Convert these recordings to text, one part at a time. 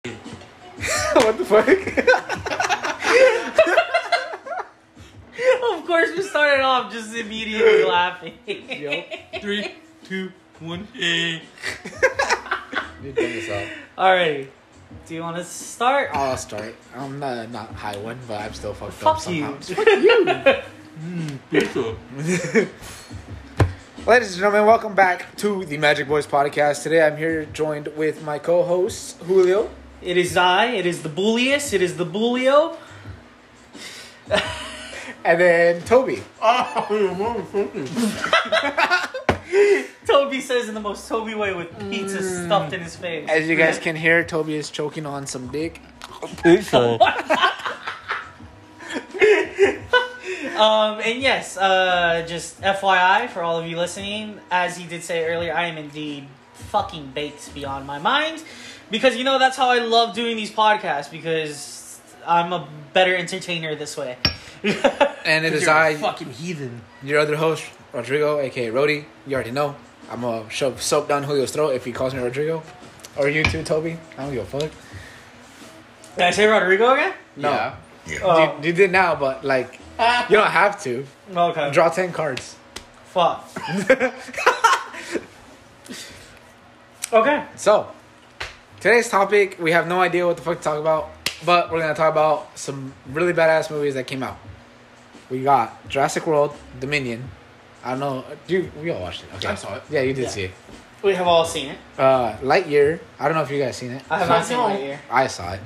what the fuck? of course, we started off just immediately laughing. Yep. Three, two, one. eh. You're doing this out. Alrighty. Do you want to start? I'll start. Oh, I'm not not high one, but I'm still fucked up Fuck you. somehow. you. Ladies and gentlemen, welcome back to the Magic Boys podcast. Today I'm here joined with my co-host Julio. it is I. It is the Bullius. It is the Bullio. And then Toby. Toby says in the most Toby way with pizza stuffed in his face. As you guys can hear, Toby is choking on some dick. Um, and yes, uh, just FYI for all of you listening, as he did say earlier, I am indeed fucking baked beyond my mind. Because, you know, that's how I love doing these podcasts, because I'm a better entertainer this way. And it is You're a I, fucking heathen. your other host, Rodrigo, aka Rody. You already know. I'm gonna shove soap down Julio's throat if he calls me Rodrigo. Or you too, Toby. I don't give a fuck. Did I say Rodrigo again? No. Yeah. Oh, You, you did now, but like, you don't have to. okay. Draw 10 cards. Fuck. okay. So, today's topic, we have no idea what the fuck to talk about, but we're gonna talk about some really badass movies that came out. We got Jurassic World, Dominion. I don't know. You, we all watched it. Okay. I saw it. Yeah, you did Yeah. see it. We have all seen it. Uh, Lightyear. I don't know if you guys seen it. I have I not seen it know. right here. I saw it.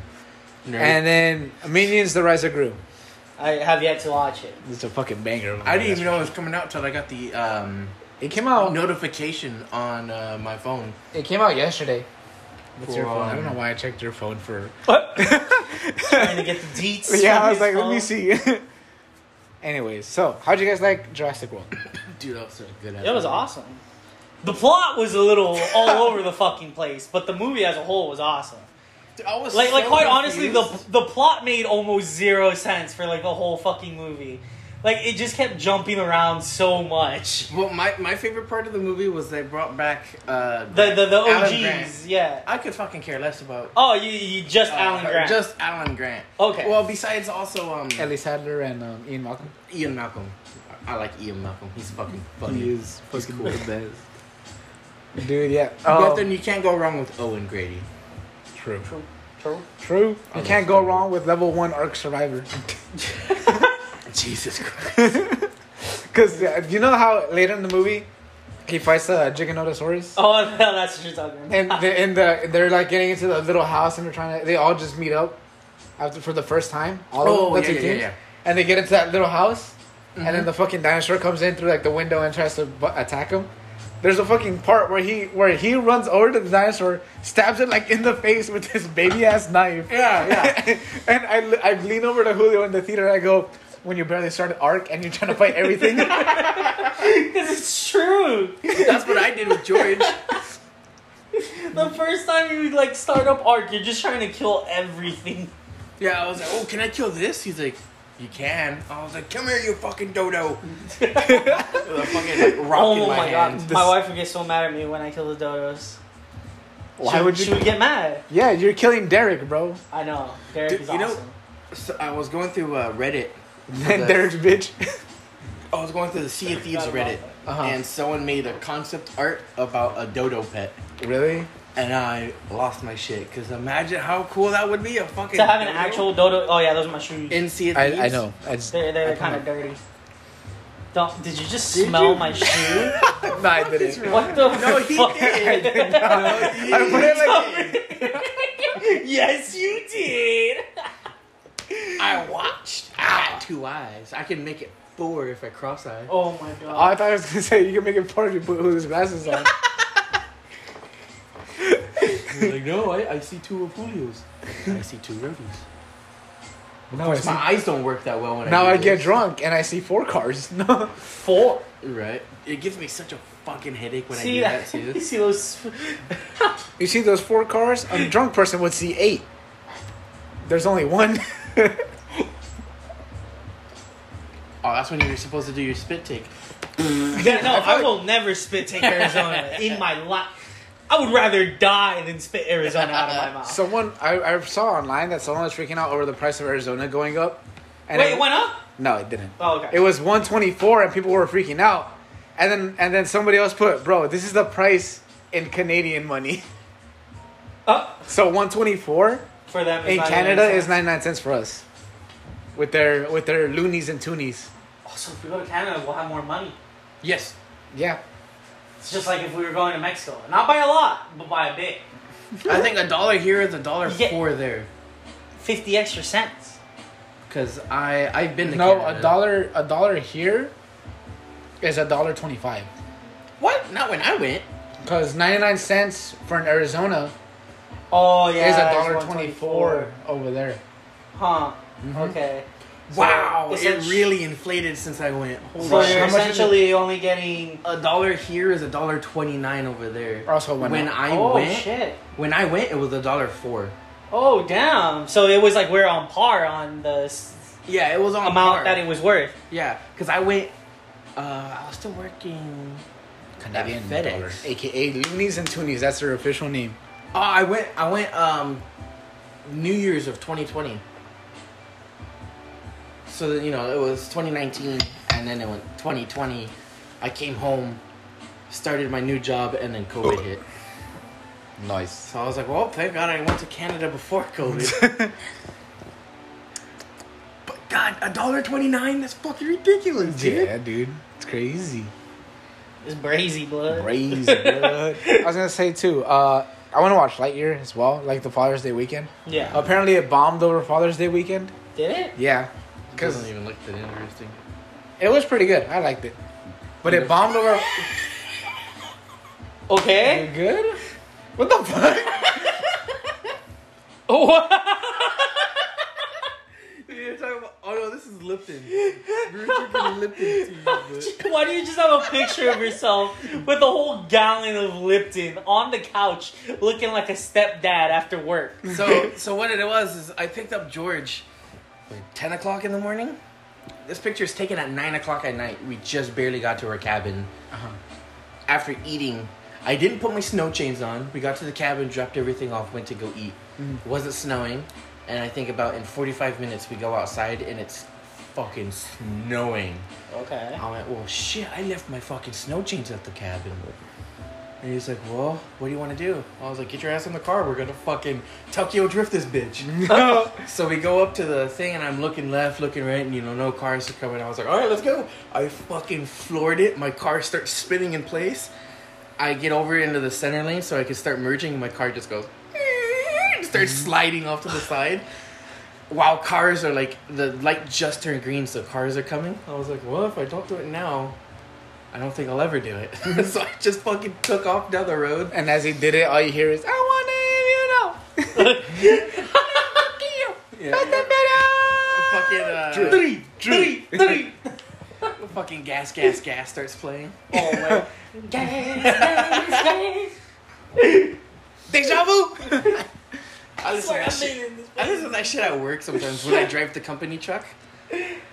And then Minions: The Rise of Gru. I have yet to watch it. It's a fucking banger. of a I didn't movie. even know it was coming out till I got the um, It came Oh. out. notification on uh, my phone. It came out yesterday. What's your For, phone? I don't um, know why I checked your phone for. Trying to get the deets. Yeah, on I was his like, let me phone. see. Anyways, so how'd you guys like Jurassic World? Dude, that was so good. That was awesome. The plot was a little all over the fucking place, but the movie as a whole was awesome. Dude, I was Like, so like quite honestly, confused. the the plot made almost zero sense for like the whole fucking movie. Like it just kept jumping around so much. Well, my, my favorite part of the movie was they brought back uh, The the, the Alan Grant. OGs, yeah. I could fucking care less about Oh, you, you just uh, Alan her- Grant. Just Alan Grant. Okay. Well, besides also um, Ellie Sadler and um, Ian Malcolm. Ian Malcolm. I I like Ian Malcolm. He's fucking funny. He is fucking the best. Dude, yeah. But Um, then you can't go wrong with Owen Grady. true. True, true. True. You love can't go Star Wars. wrong with level one arc survivor. Jesus Christ. Because you know how later in the movie he fights a uh, Giganotosaurus? Oh, no, that's what you're talking about. And the, and the, they're like getting into the little house and they're trying to, they all just meet up after for the first time. All of them, Oh, that's yeah, their yeah, teams. yeah. Mm-hmm. And they get into that little house and then the fucking dinosaur comes in through like the window and tries to bu- attack him. There's a fucking part where he where he runs over to the dinosaur, stabs it like in the face with his baby ass knife. Yeah, yeah. and I, l- I lean over to Julio in the theater and I go, when you barely started arc and you're trying to fight everything. Because it's true. That's what I did with George. The first time you like start up arc, you're just trying to kill everything. Yeah, I was like, oh, can I kill this? He's like, you can. I was like, come here, you fucking dodo. With a fucking like, rock Oh in my, my, hand. god, This- my wife would get so mad at me when I kill the dodos. Why she, would she you? would get mad? Yeah, you're killing Derek, bro. I know. Derek Dude, is you know- awesome. So I was going through uh, Reddit. Derek's bitch. I was going through the Sea of Thieves Forgot about Reddit, that. Uh-huh. and someone made a concept art about a dodo pet, Really? and I lost my shit. Cause imagine how cool that would be a fucking to have an dodo actual dodo. Oh yeah, those are my shoes. in Sea of Thieves. I, I know. I just, they're they're I kind kinda- of dirty. Don't, did you just Did smell you? my shoe? no, I didn't. what the No, he fuck? did. No, he I put it like- yes, you did. I watched. I had two eyes. I can make it four if I cross eyed. Oh my Oh, I god. thought I was gonna say you can make it part if you put Julio's glasses on. like, no, I, I see two of Julio's. I see two roadies. now I, see, My eyes don't work that well when now I I do get this. drunk and I see four cars. No. Four. Right. It gives me such a fucking headache when see I that? do You that too. see those? You see those four cars? A drunk person would see eight. There's only one. Oh, that's when you're supposed to do your spit take. Yeah, no, I feel I like- will never spit take Arizona in my life. I would rather die than spit Arizona out of my mouth. Someone I, I saw online that someone was freaking out over the price of Arizona going up. And Wait, it went up? No, it didn't. Oh, okay. It was 124 and people were freaking out. And then and then somebody else put, "Bro, this is the price in Canadian money." Up So 124 for them. is in not Canada even- is 99 cents for us. With their with their loonies and toonies. Also, Oh, if we go to Canada, we'll have more money. Yes. Yeah. It's just like if we were going to Mexico. Not by a lot, but by a bit. I think a dollar here is a dollar Yeah. four there. 50 extra cents. Cause I I've been to No, Canada. a dollar a dollar here is a dollar 25. What? Not when I went. Cuz 99 cents for an Arizona Oh, yeah. is a it's dollar 124. 24 over there. Huh. Mm-hmm. Okay. So, wow, it essen- really inflated since I went. So Holy Right. you're How much shit. is it? essentially only getting. A dollar here is a dollar twenty nine over there. Also went When up. I oh, went, shit. when I went, it was a dollar four. Oh, damn. So it was like we're on par on the s- Yeah, it was on amount par. that it was worth. Yeah, because I went. Uh, I was still working. Canadian That FedEx. dollar. AKA loonies and toonies, that's their official name. Oh, I went. I went. Um, New Year's of 2020. So that, you know, it was 2019, and then it went 2020. I came home, started my new job, and then COVID hit. Nice. So I was like, well, thank God I went to Canada before COVID. but God, a dollar twenty-nine. That's fucking ridiculous, dude. Yeah, dude. It's crazy. It's brazy, blood. Crazy. bro. I was gonna say too. Uh, I want to watch Lightyear as well, like the Father's Day weekend. Yeah. Apparently, it bombed over Father's Day weekend. Did it? Yeah, Doesn't because even look that interesting. it was pretty good. I liked it, but it bombed over. Okay. You good? What the fuck? You're talking about, oh no, this is Lipton. We're drinking Lipton tea. but- Why do you just have a picture of yourself with a whole gallon of Lipton on the couch, looking like a stepdad after work? So, so what it was is I picked up George, like, ten o'clock in the morning. This picture is taken at nine o'clock at night. We just barely got to our cabin. After eating, I didn't put my snow chains on. We got to the cabin, dropped everything off, went to go eat. It wasn't snowing, and I think about in forty-five minutes we go outside and it's fucking snowing. Okay. I went, well, shit, I left my fucking snow chains at the cabin. And he's like, well, what do you want to do? I was like, get your ass in the car. We're going to fucking Tokyo drift this bitch. so we go up to the thing, and I'm looking left, looking right, and, you know, no cars are coming. I was like, all right, let's go. I fucking floored it. My car starts spinning in place. I get over into the center lane so I can start merging, and my car just goes, and starts sliding off to the side while cars are like the light just turned green, so cars are coming. I was like, well, if I don't do it now, I don't think I'll ever do it. so I just fucking took off down the road. And as he did it, all you hear is, "I want to, you know." Yeah. fucking uh, Three, three, three. fucking gas, gas, gas starts playing. Oh, wait. Guys, guys, guys. Deja vu. I It's like listen, to that I've been shit. in this I listen place. to that shit at work sometimes when I drive the company truck.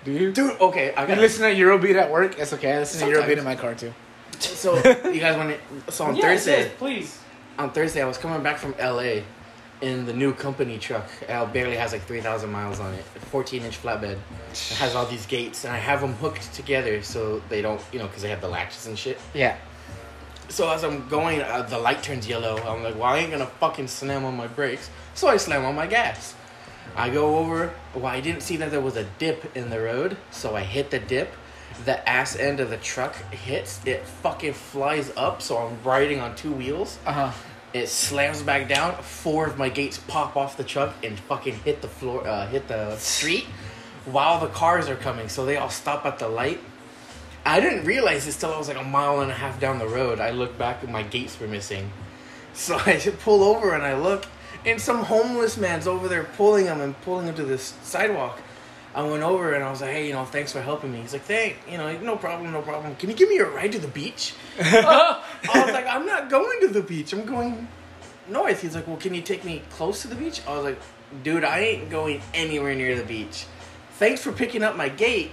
Do you? Dude, okay, I You got listen to Eurobeat at work? It's okay. I listen to Eurobeat Sometimes. in my car too. So you guys want to? So on Yes, Thursday, yes, please. on Thursday, I was coming back from LA in the new company truck. It barely has like 3,000 miles on it, 14 inch flatbed. It has all these gates, and I have them hooked together so they don't, you know, because they have the latches and shit. Yeah. So as I'm going, uh, the light turns yellow. I'm like, well, I ain't gonna fucking slam on my brakes. So I slam on my gas. I go over. Well, I didn't see that there was a dip in the road, so I hit the dip. The ass end of the truck hits. It fucking flies up. So I'm riding on two wheels. Uh huh. It slams back down. Four of my gates pop off the truck and fucking hit the floor, uh, hit the street, while the cars are coming. So they all stop at the light. I didn't realize this till I was like a mile and a half down the road. I look back and my gates were missing. So I pull over and I look, and some homeless man's over there pulling him and pulling him to this sidewalk. I went over and I was like, hey, you know, thanks for helping me. He's like, thank, you know, no problem, no problem. Can you give me a ride to the beach? I was like, I'm not going to the beach. I'm going north. He's like, well, can you take me close to the beach? I was like, dude, I ain't going anywhere near the beach. Thanks for picking up my gate.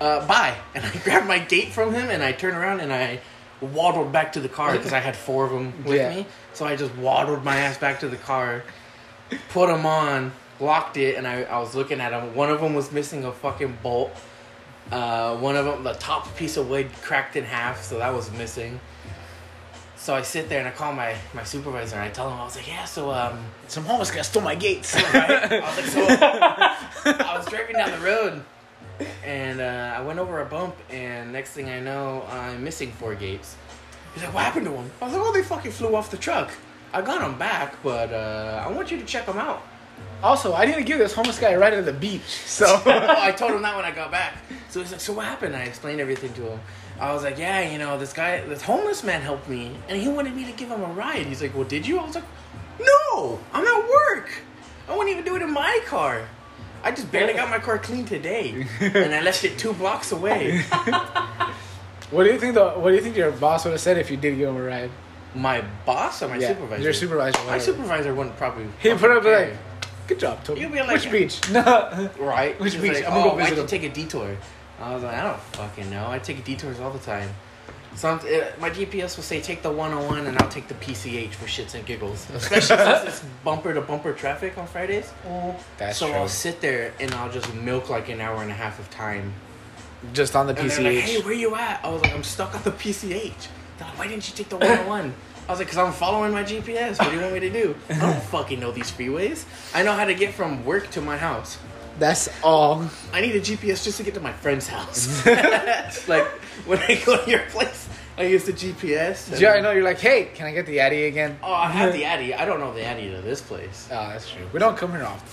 Uh, bye. And I grabbed my gate from him and I turn around and I waddled back to the car because I had four of them with Yeah. me. So I just waddled my ass back to the car, put them on, locked it, and I, I was looking at them. One of them was missing a fucking bolt. Uh, one of them, the top piece of wood cracked in half, so that was missing. So I sit there and I call my, my supervisor and I tell him, I was like, yeah, so, um, Some homeless guy stole my gates. right? I was like, so I was driving down the road, and uh, I went over a bump, and next thing I know, I'm missing four gates. He's like, "What happened to them?" I was like, "Oh, they fucking flew off the truck. I got them back, but uh, I want you to check them out." also, I didn't give this homeless guy right at the beach. So oh, I told him that when I got back. So he's like, "So what happened?" I explained everything to him. I was like, "Yeah, you know, this guy, this homeless man helped me, and he wanted me to give him a ride." He's like, "Well, did you?" I was like, "No, I'm at work. I wouldn't even do it in my car. I just barely got my car clean today, and I left it two blocks away." what do you think the what do you think your boss would have said if you did give him a ride? My boss or my supervisor? Your supervisor. My whatever. supervisor wouldn't probably. He put up care. like good job, Toby. You'll be like- Which beach? No. Right. Which He means was like, I'm gonna oh, go why'd visit you him." take a detour? I was like, I don't fucking know. I take detours all the time. Some it, my GPS will say take the 101 and I'll take the PCH for shits and giggles. Especially since it's bumper to bumper traffic on Fridays. That's so true. I'll sit there and I'll just milk like an hour and a half of time. Just on the And they're like, PCH. hey, where you at? I was like, I'm stuck on the PCH. They're like, why didn't you take the 101? I was like, because I'm following my GPS. What do you want me to do? I don't fucking know these freeways. I know how to get from work to my house. That's all. I need a GPS just to get to my friend's house. like when I go to your place, I use the GPS. and- Yeah, I know. You're like, hey, can I get the Addy again? Oh, I have the Addy. I don't know the Addy to this place. Oh, that's true. We don't come here often.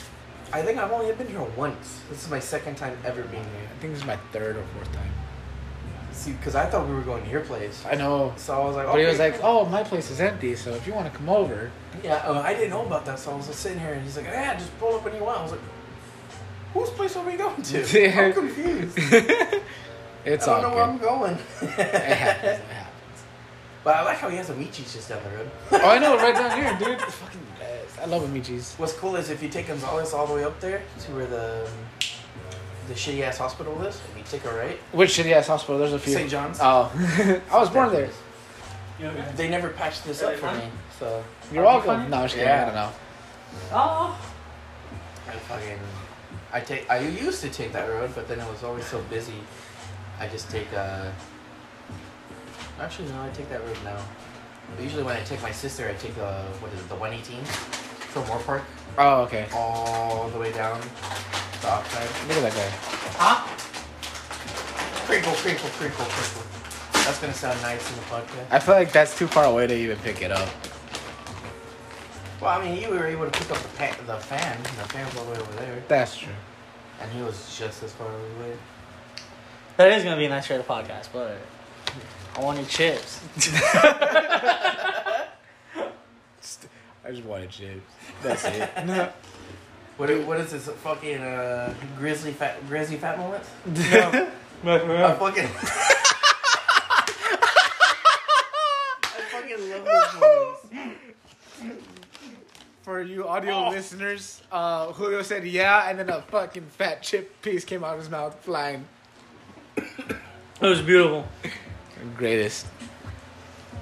I think I've only been here once. This is my second time ever being I think this is my third or fourth time. here. See, because I thought we were going to your place. I know. So I was like, But he was okay. like, oh, my place is empty, so if you want to come over. yeah, uh, I didn't know about that. So I was just sitting here, and he's like, yeah, just pull up when you want. I was like, whose place are we going to? Yeah. I'm confused. It's I all don't know where good. I'm going. It happens. It happens. but I like how he has a Michi's just down the road. Oh, I know, right down here, dude. It's fucking best. I love Amici's. What's cool is if you take Gonzalez all the way up there to where the the shitty ass hospital is, and you take a right, Which shitty ass hospital? There's a few. St. John's. Oh. I was born there. You know, They never patched this up for me, so You're Are we welcome. funny? No, I'm just kidding. Yeah. I don't know. oh, I fucking I take I used to take that road, but then it was always so busy. I just take uh actually no, I take that road now. But usually when I take my sister, I take the what is it, the 118 from Moore Park Oh, okay. all the way down the outside. Look at that guy. huh? Crinkle, crinkle, crinkle, crinkle. That's gonna sound nice in the podcast. I feel like that's too far away to even pick it up. Well, I mean, you were able to pick up the pa- the fan. The fan's all the way over there, That's true. and he was just as far away. That is gonna be a nice share of the podcast, but I want your chips. I just wanted chips. That's it. no. What i- what is this fucking uh, grizzly fat grizzly fat moment? I No. fucking. I fucking love those moments. For you Oh. audio listeners, uh, Julio said yeah, and then a fucking fat chip piece came out of his mouth flying. It was beautiful. Greatest.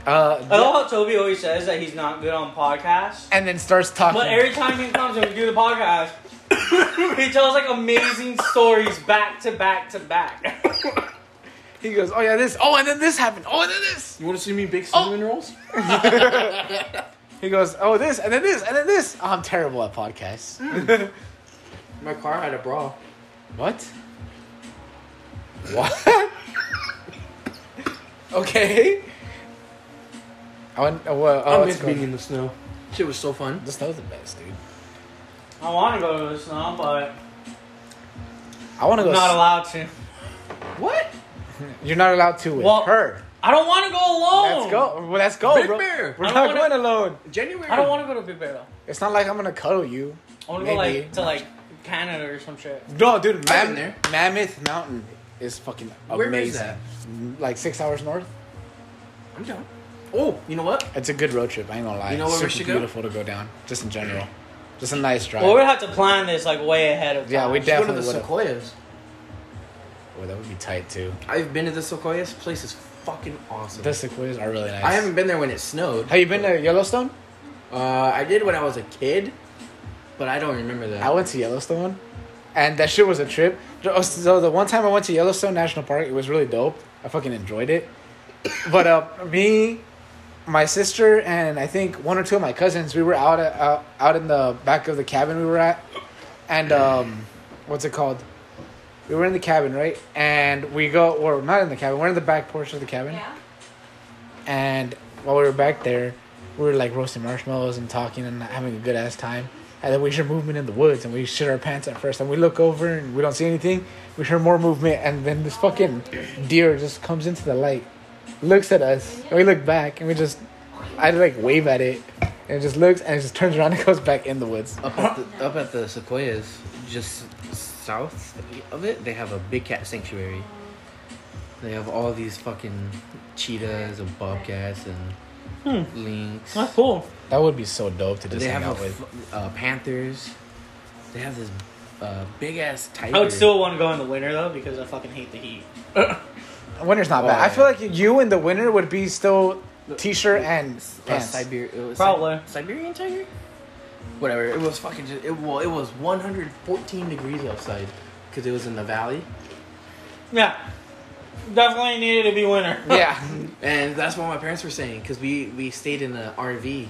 Uh, I love how Toby always says that he's not good on podcasts. and then starts talking. But every time he comes and we do the podcast, he tells like amazing stories back to back to back. he goes, "Oh yeah, this. Oh, and then this happened. Oh, and then this." You want to see me bake Oh. cinnamon rolls? He goes, "Oh, this, and then this, and then this." Oh, I'm terrible at podcasts. Mm. My car had a bra. What? What? okay. I went. Oh, well, oh, I it's miss being going- in the snow. Shit was so fun. The snow's the best, dude. I want to go to the snow, but I want to go. I'm s- not allowed to. What? You're not allowed to with Well- her. I don't want to go alone. Let's go. Well, let's go, Big bro. Bear. We're I not don't wanna- going alone. January. I don't want to go to Big Bear though. It's not like I'm gonna cuddle you. I want to go Maybe. like to like Canada or some shit. No, dude. Mam- I've been there. Mammoth Mountain is fucking amazing. Where is that? Like six hours north. I'm down. Oh, you know what? It's a good road trip. I ain't gonna lie. You know where we Super should go? beautiful to go down. Just in general. Just a nice drive. Well, we have to plan this like way ahead of time. yeah, we We should go to definitely the would. have. Sequoias. Oh, that would be tight too. I've been to the Sequoias. Place is fucking awesome. The sequoias are really nice. I haven't been there when it snowed. Have you been to Yellowstone? Uh, I did when I was a kid, but I don't remember that. I went to Yellowstone, and that shit was a trip. So the one time I went to Yellowstone National Park, it was really dope. I fucking enjoyed it. But uh, me, my sister, and I think one or two of my cousins, we were out at, out, out in the back of the cabin we were at, and um, what's it called? We were in the cabin, right? And we go, or not in the cabin. We're in the back porch of the cabin. Yeah. And while we were back there, we were like roasting marshmallows and talking and having a good ass time. And then we hear movement in the woods, and we shit our pants at first. And we look over, and we don't see anything. We hear more movement, and then this fucking deer just comes into the light, looks at us, and we look back, and we just, I like wave at it, and it just looks, and it just turns around and goes back in the woods. up at the, up at the sequoias, just south of it, they have a big cat sanctuary. They have all these fucking cheetahs and bobcats and lynx. That's cool. That would be so dope to Hmm. just They hang have out a with. f- uh, panthers. They have this uh, big ass tiger. I Oh, would still want to go in the winter though because I fucking hate the heat. Winter's not bad. Oh, I feel yeah. like you in the winter would be still t-shirt and Uh, pants. Siberia, it was Probably. Si- Siberian tiger. Whatever. It was fucking. Just, it well, it was 114 degrees outside because it was in the valley, Yeah, definitely needed to be winter. Yeah. and that's what my parents were saying because we we stayed in an RV,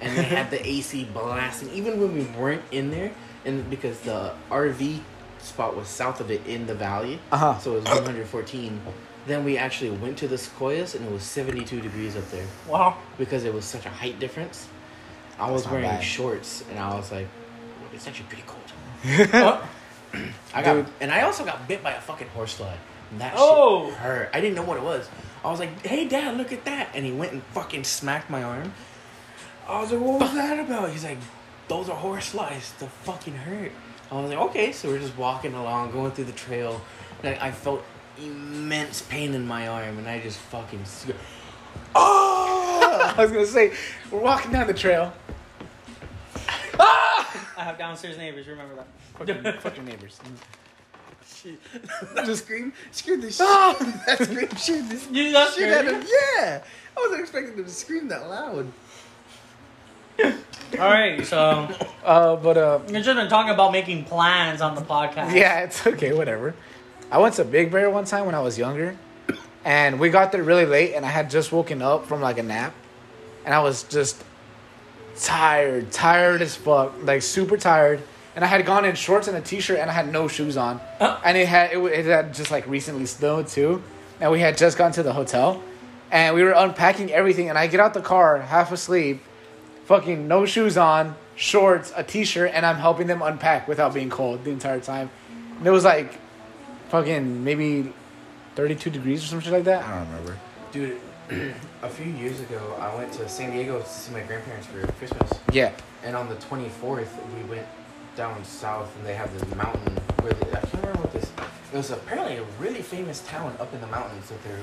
and they had the AC blasting even when we weren't in there, and because the RV spot was south of it in the valley, Uh-huh. so it was 114. Then we actually went to the sequoias and it was 72 degrees up there. Wow. because it was such a height difference. I was not wearing bad. shorts, and I was like, "Well, "It's actually pretty cold." Huh? I got, and I also got bit by a fucking horsefly. And that Oh. shit hurt. I didn't know what it was. I was like, "Hey, Dad, look at that!" And he went and fucking smacked my arm. I was like, "What was that about?" He's like, "Those are horseflies. They fucking hurt." I was like, "Okay." So we're just walking along, going through the trail, and I, I felt immense pain in my arm, and I just fucking. sc- Oh! I was gonna say, we're walking down the trail. I have downstairs neighbors. Remember that. Fuck your, fuck your neighbors. Just scream, scream the shit. that scream, shoot this You that shit scared at you? him. Yeah, I wasn't expecting them to scream that loud. All right, so Uh, but uh, you just been talking about making plans on the podcast. yeah, it's okay, whatever. I went to Big Bear one time when I was younger, and we got there really late, and I had just woken up from like a nap, and I was just tired, tired as fuck, like super tired. And I had gone in shorts and a t-shirt, and I had no shoes on, and it had it, wa- it had just like recently snowed too, and we had just gone to the hotel, and we were unpacking everything, and I get out the car half asleep, fucking no shoes on, shorts, a t-shirt, and I'm helping them unpack without being cold the entire time. And it was like fucking maybe 32 degrees or something like that. I don't remember. Dude, a few years ago, I went to San Diego to see my grandparents for Christmas, Yeah. and on the twenty fourth, we went down south, and they have this mountain where they, I can't remember what this. It was apparently a really famous town up in the mountains that they're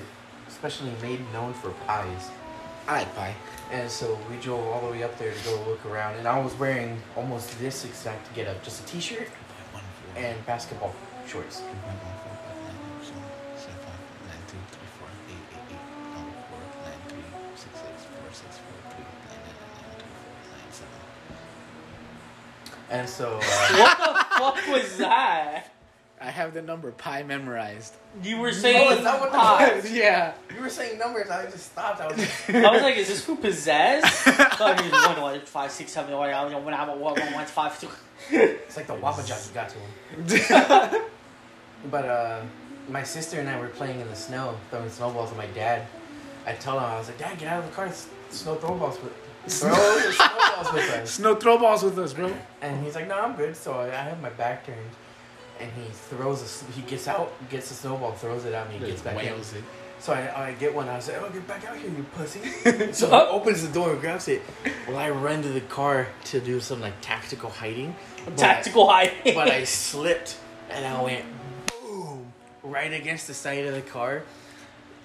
especially made known for pies. I like pie. And so we drove all the way up there to go look around, and I was wearing almost this exact getup, just a t-shirt and basketball shorts. And so, uh, What the fuck was that? I have the number pi memorized. You were saying is that what that pie. was? yeah. you were saying numbers, I just stopped. I was like, I was like, is this who possessed? Thought he was one, one, five, six, seven, one, I don't know, one, one, one, one, five, two. it's like the Wappa Jock you got to him. But uh, my sister and I were playing in the snow, throwing snowballs at my dad. I tell him, I was like, Dad, get out of the car, s- snow throwballs with, throw the snowballs with us. Snow throw balls with us, bro. And he's like, "No, I'm good." So I, I have my back turned, and he throws a. s- He gets out, gets the snowball, throws it out, and he gets back in. it. So I, I get one. I was like, "Oh, get back out here, you pussy!" so he opens the door and grabs it. Well, I run to the car to do some like tactical hiding. but- Tactical high. but I slipped and I went boom right against the side of the car.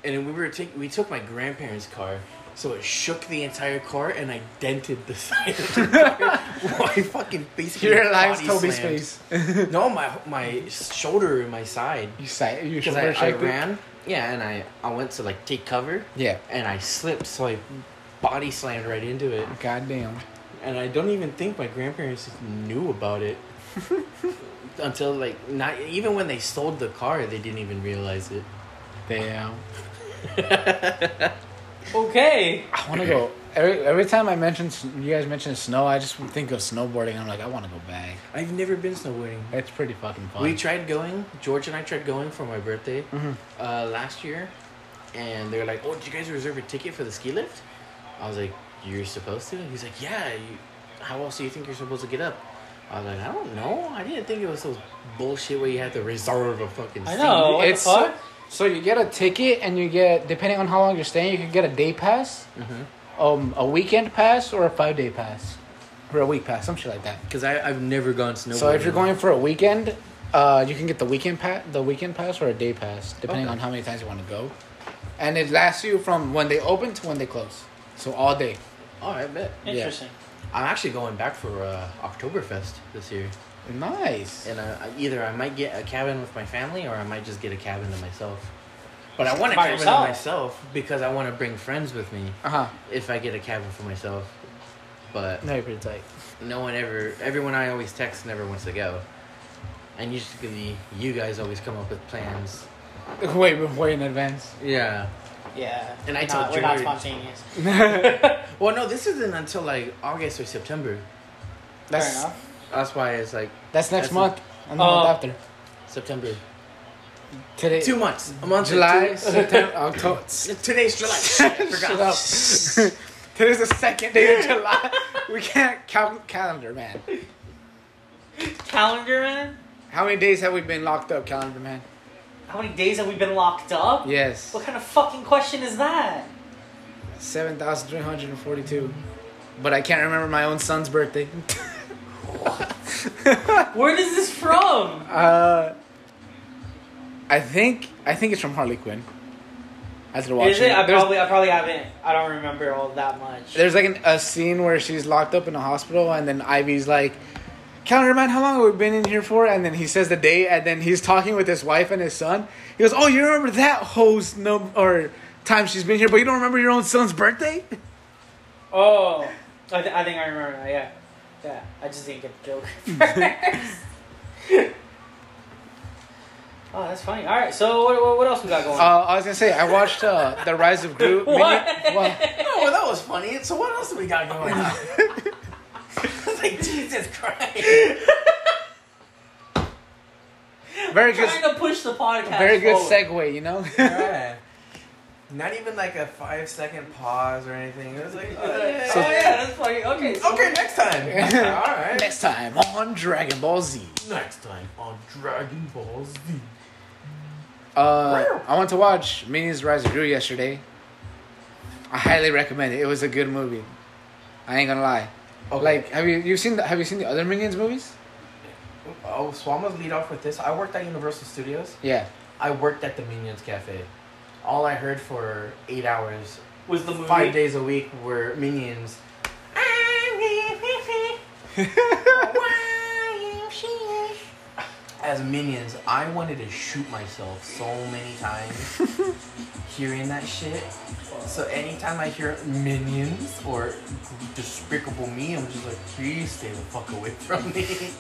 And then we were take, we took my grandparents' car, so it shook the entire car, and I dented the side of the car. my fucking basically Here lies body Toby's slammed. face. No, my my shoulder and my side You say you should because I, wear I shape. ran Yeah, and I I went to like take cover Yeah. and I slipped, so I body slammed right into it. Goddamn. And I don't even think my grandparents knew about it until like not even when they sold the car, they didn't even realize it. Damn. Okay. I want to go. Every, every time I mention s- you guys mention snow, I just think of snowboarding. I'm like, I want to go back. I've never been snowboarding. It's pretty fucking fun. We tried going. George and I tried going for my birthday uh, last year, and they were like, "Oh, did you guys reserve a ticket for the ski lift?" I was like, "You're supposed to." He's like, "Yeah." You, how else do you think you're supposed to get up? I was like, "I don't know. I didn't think it was so bullshit where you had to reserve a fucking." I seat." know. Oh, What the it's fuck? so you get a ticket and you get depending on how long you're staying, you can get a day pass, Mm-hmm. um, a weekend pass, or a five day pass, or a week pass, some shit like that. Because I I've never gone snowboarding. So if you're going for a weekend, uh, you can get the weekend pass, the weekend pass, or a day pass, depending Okay. on how many times you want to go, and it lasts you from when they open to when they close, so all day. oh, I bet. Interesting. I'm actually going back for uh, Oktoberfest this year, Nice. and uh, I- either I might get a cabin with my family or I might just get a cabin to myself. But I want a By cabin yourself? to myself because I want to bring friends with me Uh huh. if I get a cabin for myself. But No, you're pretty tight. no one ever, everyone I always text never wants to go. And usually you guys always come up with plans. Way before in advance. Yeah. Yeah. And I We're told not, We're not George. spontaneous. Well, no, this isn't until like August or September. That's Fair enough. That's why it's like that's next That's- month and the month Oh. after. September. Today, Two months. A month. July, and two- September, October. Today's July. Shit, I Shut forgot. up. Today's the second day of July. We can't count calendar, man. Calendar man. How many days have we been locked up, calendar man? How many days have we been locked up? Yes, What kind of fucking question is that? seven thousand three hundred and forty-two. But I can't remember my own son's birthday. Where is this from? uh, I think I think it's from Harley Quinn. After watching, Is it? I There's- probably, I probably haven't. I don't remember all that much. There's like an, a scene where she's locked up in a hospital, and then Ivy's like, "Calendar man, how long have we been in here for?" And then he says the date, and then he's talking with his wife and his son. He goes, "Oh, you remember that host num or time she's been here, but you don't remember your own son's birthday?" Oh, I, th- I think I remember that. Yeah, yeah. I just didn't get the joke. Mm-hmm. first. oh, that's funny. All right. So what, what, what else we got going? Uh, I was gonna say I watched uh, the Rise of Gru. mini- What? well, Oh, well, that was funny. So what else do we got going on? I was like, Jesus Christ. very good, Trying to push the podcast. very good forward. segue. You know, Yeah. Not even like a five second pause or anything. It was like, oh, yeah. oh yeah, that's funny. Okay. So okay, next time. All right. next time on Dragon Ball Z. Next time on Dragon Ball Z. Uh, I went to watch Minions Rise of Gru yesterday. I highly recommend it. It was a good movie. I ain't gonna lie. Okay. Like, have you you seen the Have you seen the other Minions movies? Oh, so I'm gonna lead off with this. I worked at Universal Studios. Yeah. I worked at the Minions Cafe. All I heard for eight hours, was the movie? five days a week, were Minions. Ah, As minions, I wanted to shoot myself so many times hearing that shit. So anytime I hear minions or despicable me, I'm just like, please stay the fuck away from me.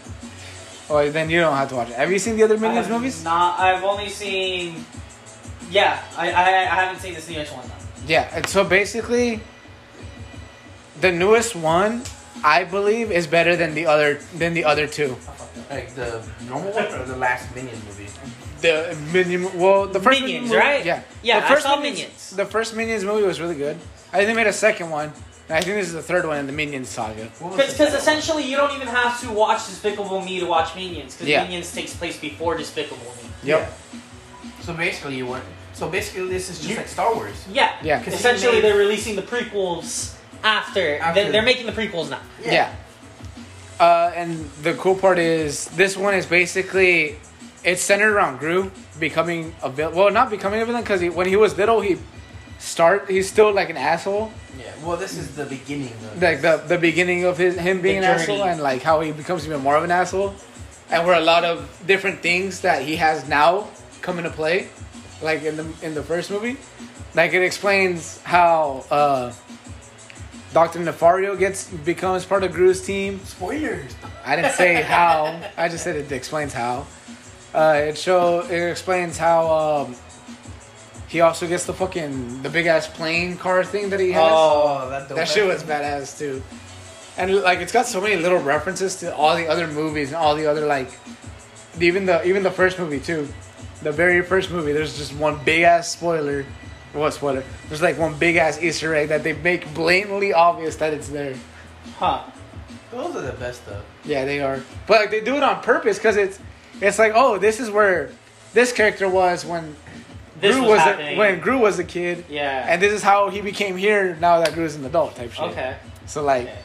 Oh, then you don't have to watch it. Have you seen the other I Minions have movies? Not. I've only seen. Yeah, I I, I haven't seen this newest one though. Yeah. And so basically, the newest one, I believe, is better than the other than the other two. like the normal one or the last minion movie? The minion. Well, the first Minions, Minion movie- right? Yeah. Yeah, The I first saw Minions. The first Minions movie was really good. I think they made a second one, and I think this is the third one in the Minions saga. What was the Because second essentially you don't even have to watch Despicable Me to watch Minions because Yeah. Minions takes place before Despicable Me. Yep. one? So basically, you want. So basically, this is just like Star Wars. Yeah. Yeah. 'Cause he Essentially, made- they're releasing the prequels after. After. They're, they're making the prequels now. Yeah. Uh, and the cool part is this one is basically it's centered around Gru becoming a villain. Well, not becoming a villain because when he was little, he start he's still like an asshole. Yeah. Well, this is the beginning. Of Like the the beginning of his him being an journey. asshole and like how he becomes even more of an asshole, and where a lot of different things that he has now come into play. like in the in the first movie. Like it explains how uh, Doctor Nefario gets becomes part of Gru's team. Spoilers. I didn't say how. I just said it explains how. Uh, it show it explains how um, he also gets the fucking the big ass plane car thing that he has. Oh, that that shit was badass too. And like it's got so many little references to all the other movies and all the other like even the even the first movie too. The very first movie, there's just one big ass spoiler. What spoiler? There's like one big ass Easter egg that they make blatantly obvious that it's there. Huh. Those are the best though. Yeah, they are. But like, they do it on purpose because it's it's like, oh, this is where this character was when This Gru was, was, a, happening. when Gru was a kid, yeah. and this is how he became here now that Gru's an adult type shit. okay. So like Okay.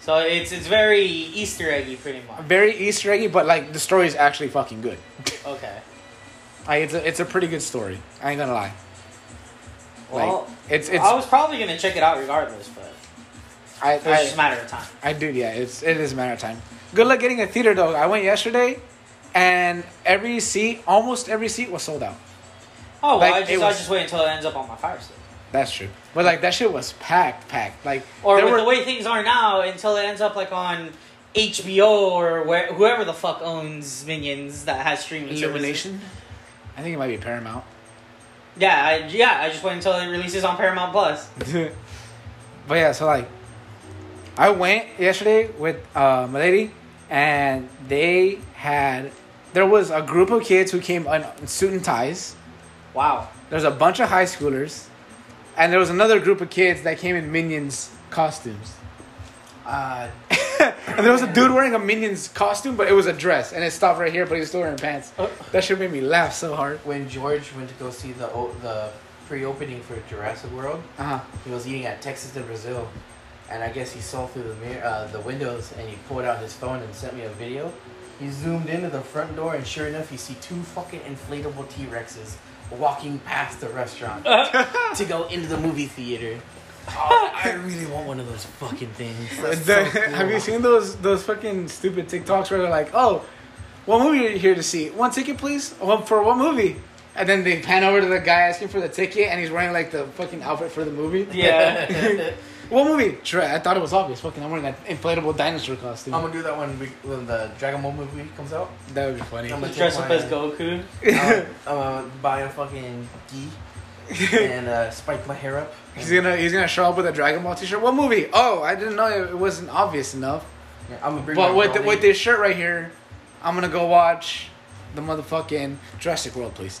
So it's it's very Easter eggy, pretty much. very Easter eggy, but like the story is actually fucking good. Okay. Like it's a it's a pretty good story. I ain't gonna lie. Like Well, it's it's I was probably gonna check it out regardless, but I, it was just a I, matter of time. I do yeah. It's it is a matter of time. Good luck getting a theater though. I went yesterday, and every seat, almost every seat, was sold out. Oh well, Like, I just it I was- just wait until it ends up on my fire stick. That's true. But like that shit was packed, packed. Like Or there with were- the way things are now, until it ends up like on HBO or where, whoever the fuck owns Minions that has streaming services. Illumination. I think it might be Paramount. Yeah, I, yeah. I just wait until it releases on Paramount Plus. but yeah, so like, I went yesterday with uh, my lady, and they had there was a group of kids who came in suit and ties. Wow. There's a bunch of high schoolers, and there was another group of kids that came in minions costumes. Uh, And there was a dude wearing a minions costume, but it was a dress, and it stopped right here, but he was still wearing pants. Oh. That shit made me laugh so hard. when George went to go see the o- the pre-opening for Jurassic World, Uh huh. he was eating at Texas to Brazil, and I guess he saw through the mirror, uh, the windows, and he pulled out his phone and sent me a video. He zoomed into the front door, and sure enough, you see two fucking inflatable T Rexes walking past the restaurant to go into the movie theater. Oh, I really want one of those fucking things. That's so The- cool. Have you seen those those fucking stupid TikToks where they're like, "Oh, what movie are you here to see? One ticket, please. One for what movie?" And then they pan over to the guy asking for the ticket, and he's wearing like the fucking outfit for the movie. Yeah. What movie? Sure, I thought it was obvious. Fucking, I'm wearing that inflatable dinosaur costume. I'm gonna do that when, we, when the Dragon Ball movie comes out. that would be funny. I'm gonna Dress take up my- as Goku. I'm gonna buy a fucking gi and uh, spike my hair up. he's gonna he's gonna show up with a Dragon Ball T-shirt. What movie? Oh, I didn't know it, it wasn't obvious enough. Yeah, I'm gonna bring But my with the, brolly. with this shirt right here, I'm gonna go watch the motherfucking Jurassic World, please.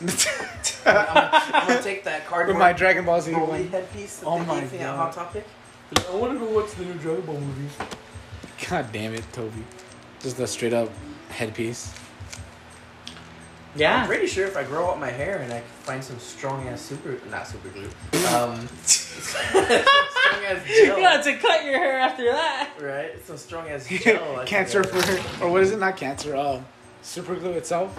I'm, gonna, I'm gonna take that with cardboard my Dragon Ball Z. brolly one. headpiece. Oh that my they gave me at God. Hot Topic. I want to go watch the new Dragon Ball movie. God damn it, Toby. Just the straight up headpiece. I'm Yeah. pretty sure if I grow out my hair and I can find some strong ass super, not super glue, um, strong ass You gel, got to cut your hair after that. right? Some strong ass gel. Oh, I can cancer get. for or what is it? Not cancer, um super glue itself.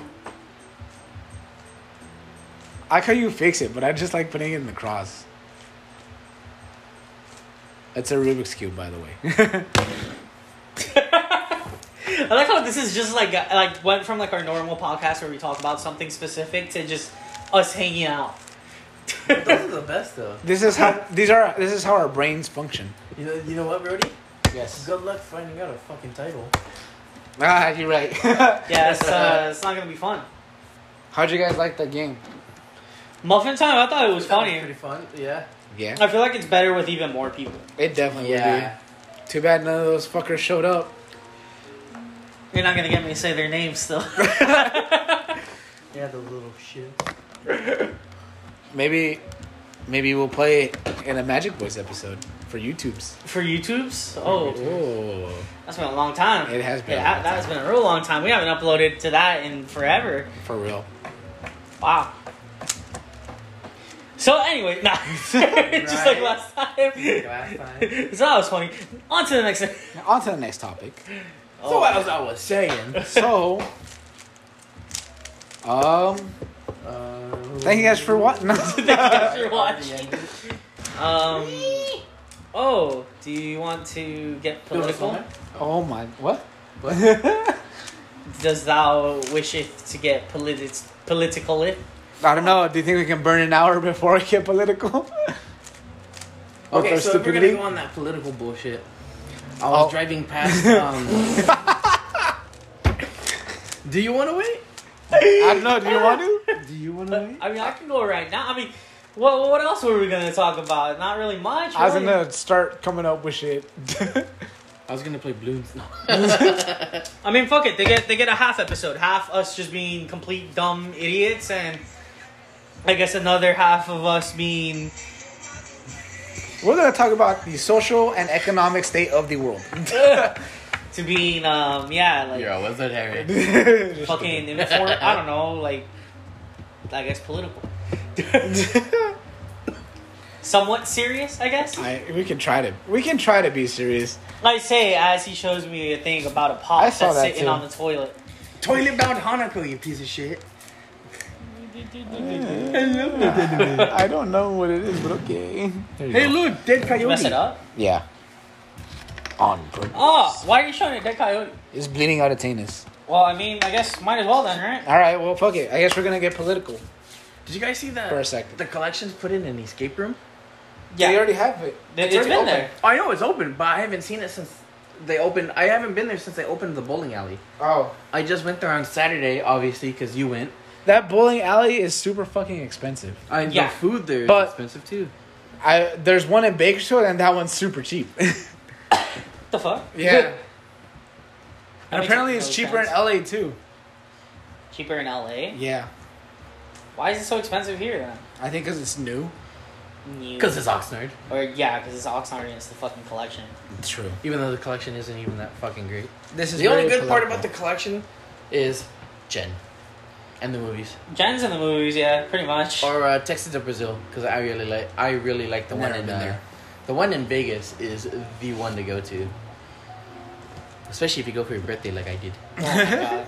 I like how you fix it, but I just like putting it in the cross. It's a Rubik's Cube, by the way. I like how this is just like uh, like went from like our normal podcast where we talk about something specific to just us hanging out. Those are the best though. this is how these are this is how our brains function. You know, you know what, Brody? Yes. Good luck finding out a fucking title. Ah, you're right. Yeah, it's, uh, it's not gonna be fun. How'd you guys like the game? Muffin time. I thought it was That was funny. Pretty fun. Yeah. Yeah. I feel like it's better with even more people. It definitely Uh, Yeah. would be. Too bad none of those fuckers showed up. You're not gonna get me to say their names still. Yeah, the little shit. Maybe, maybe we'll play it in a Magic Boys episode for YouTube's. For YouTube's? Oh, Oh, that's been a long time. It has been a Yeah, long that has been a real long time. We haven't uploaded to that in forever. for real. Wow. So anyway, nah. Just like Right. last time. Last time. so that was funny. On to the next. Now, on to the next topic. So as I was saying, So, um, uh, thank you guys for watching. Thank you for watching. Um. Oh, do you want to get political? oh my, what? What? Does thou wisheth to get politi- political? I don't know. Do you think we can burn an hour before we get political? With Okay, our so if we're gonna Oh, stupidity? go on that political bullshit. I was Oh. driving past. Um, do you want to wait? I don't know. Do you want to? Do you want But, I mean, I can go right now. I mean, what what else were we gonna talk about? Not really much. I was really. gonna uh, start coming up with shit. I was gonna play balloons. No. I mean, fuck it. They get they get a half episode, half us just being complete dumb idiots, and I guess another half of us being We're gonna talk about the social and economic state of the world. to being um yeah like You're a wizard, Harry. fucking inform. I don't know like I guess political, somewhat serious. I guess I, we can try to we can try to be serious. I say as he shows me a thing about a pop I that's saw that sitting too. on the toilet. Toilet bound Hanako, you piece of shit. I don't know what it is, but okay. Hey, look, dead coyote. Mess it up. Yeah. On purpose. Oh, why are you showing a dead coyote? It's bleeding out of tennis. Well, I mean, I guess might as well then, right? All right, well, fuck it. I guess we're gonna get political. Did you guys see that? For a second. The collections put in an escape room. We Yeah, already have it. it, has already been open. there. I know it's open, but I haven't seen it since they opened. I haven't been there since they opened the bowling alley. Oh, I just went there on Saturday, obviously, because you went. that bowling alley is super fucking expensive. And Yeah. the food there is But- expensive too. I there's one in Bakersfield and that one's super cheap. the fuck? yeah. That And makes apparently no it's cheaper sense. in LA too. Cheaper in LA. Yeah. Why is it so expensive here? I think because it's new. New- Because it's Oxnard. or yeah, because it's Oxnard and it's the fucking collection. True. Even though the collection isn't even that fucking great. This is the only very good part political. about the collection is Jen and the movies, Jen's in the movies, yeah, pretty much. or uh, Texas to Brazil because I really like I really like the one Never in been uh, there. The one in Vegas is the one to go to, especially if you go for your birthday like I did. Oh my God.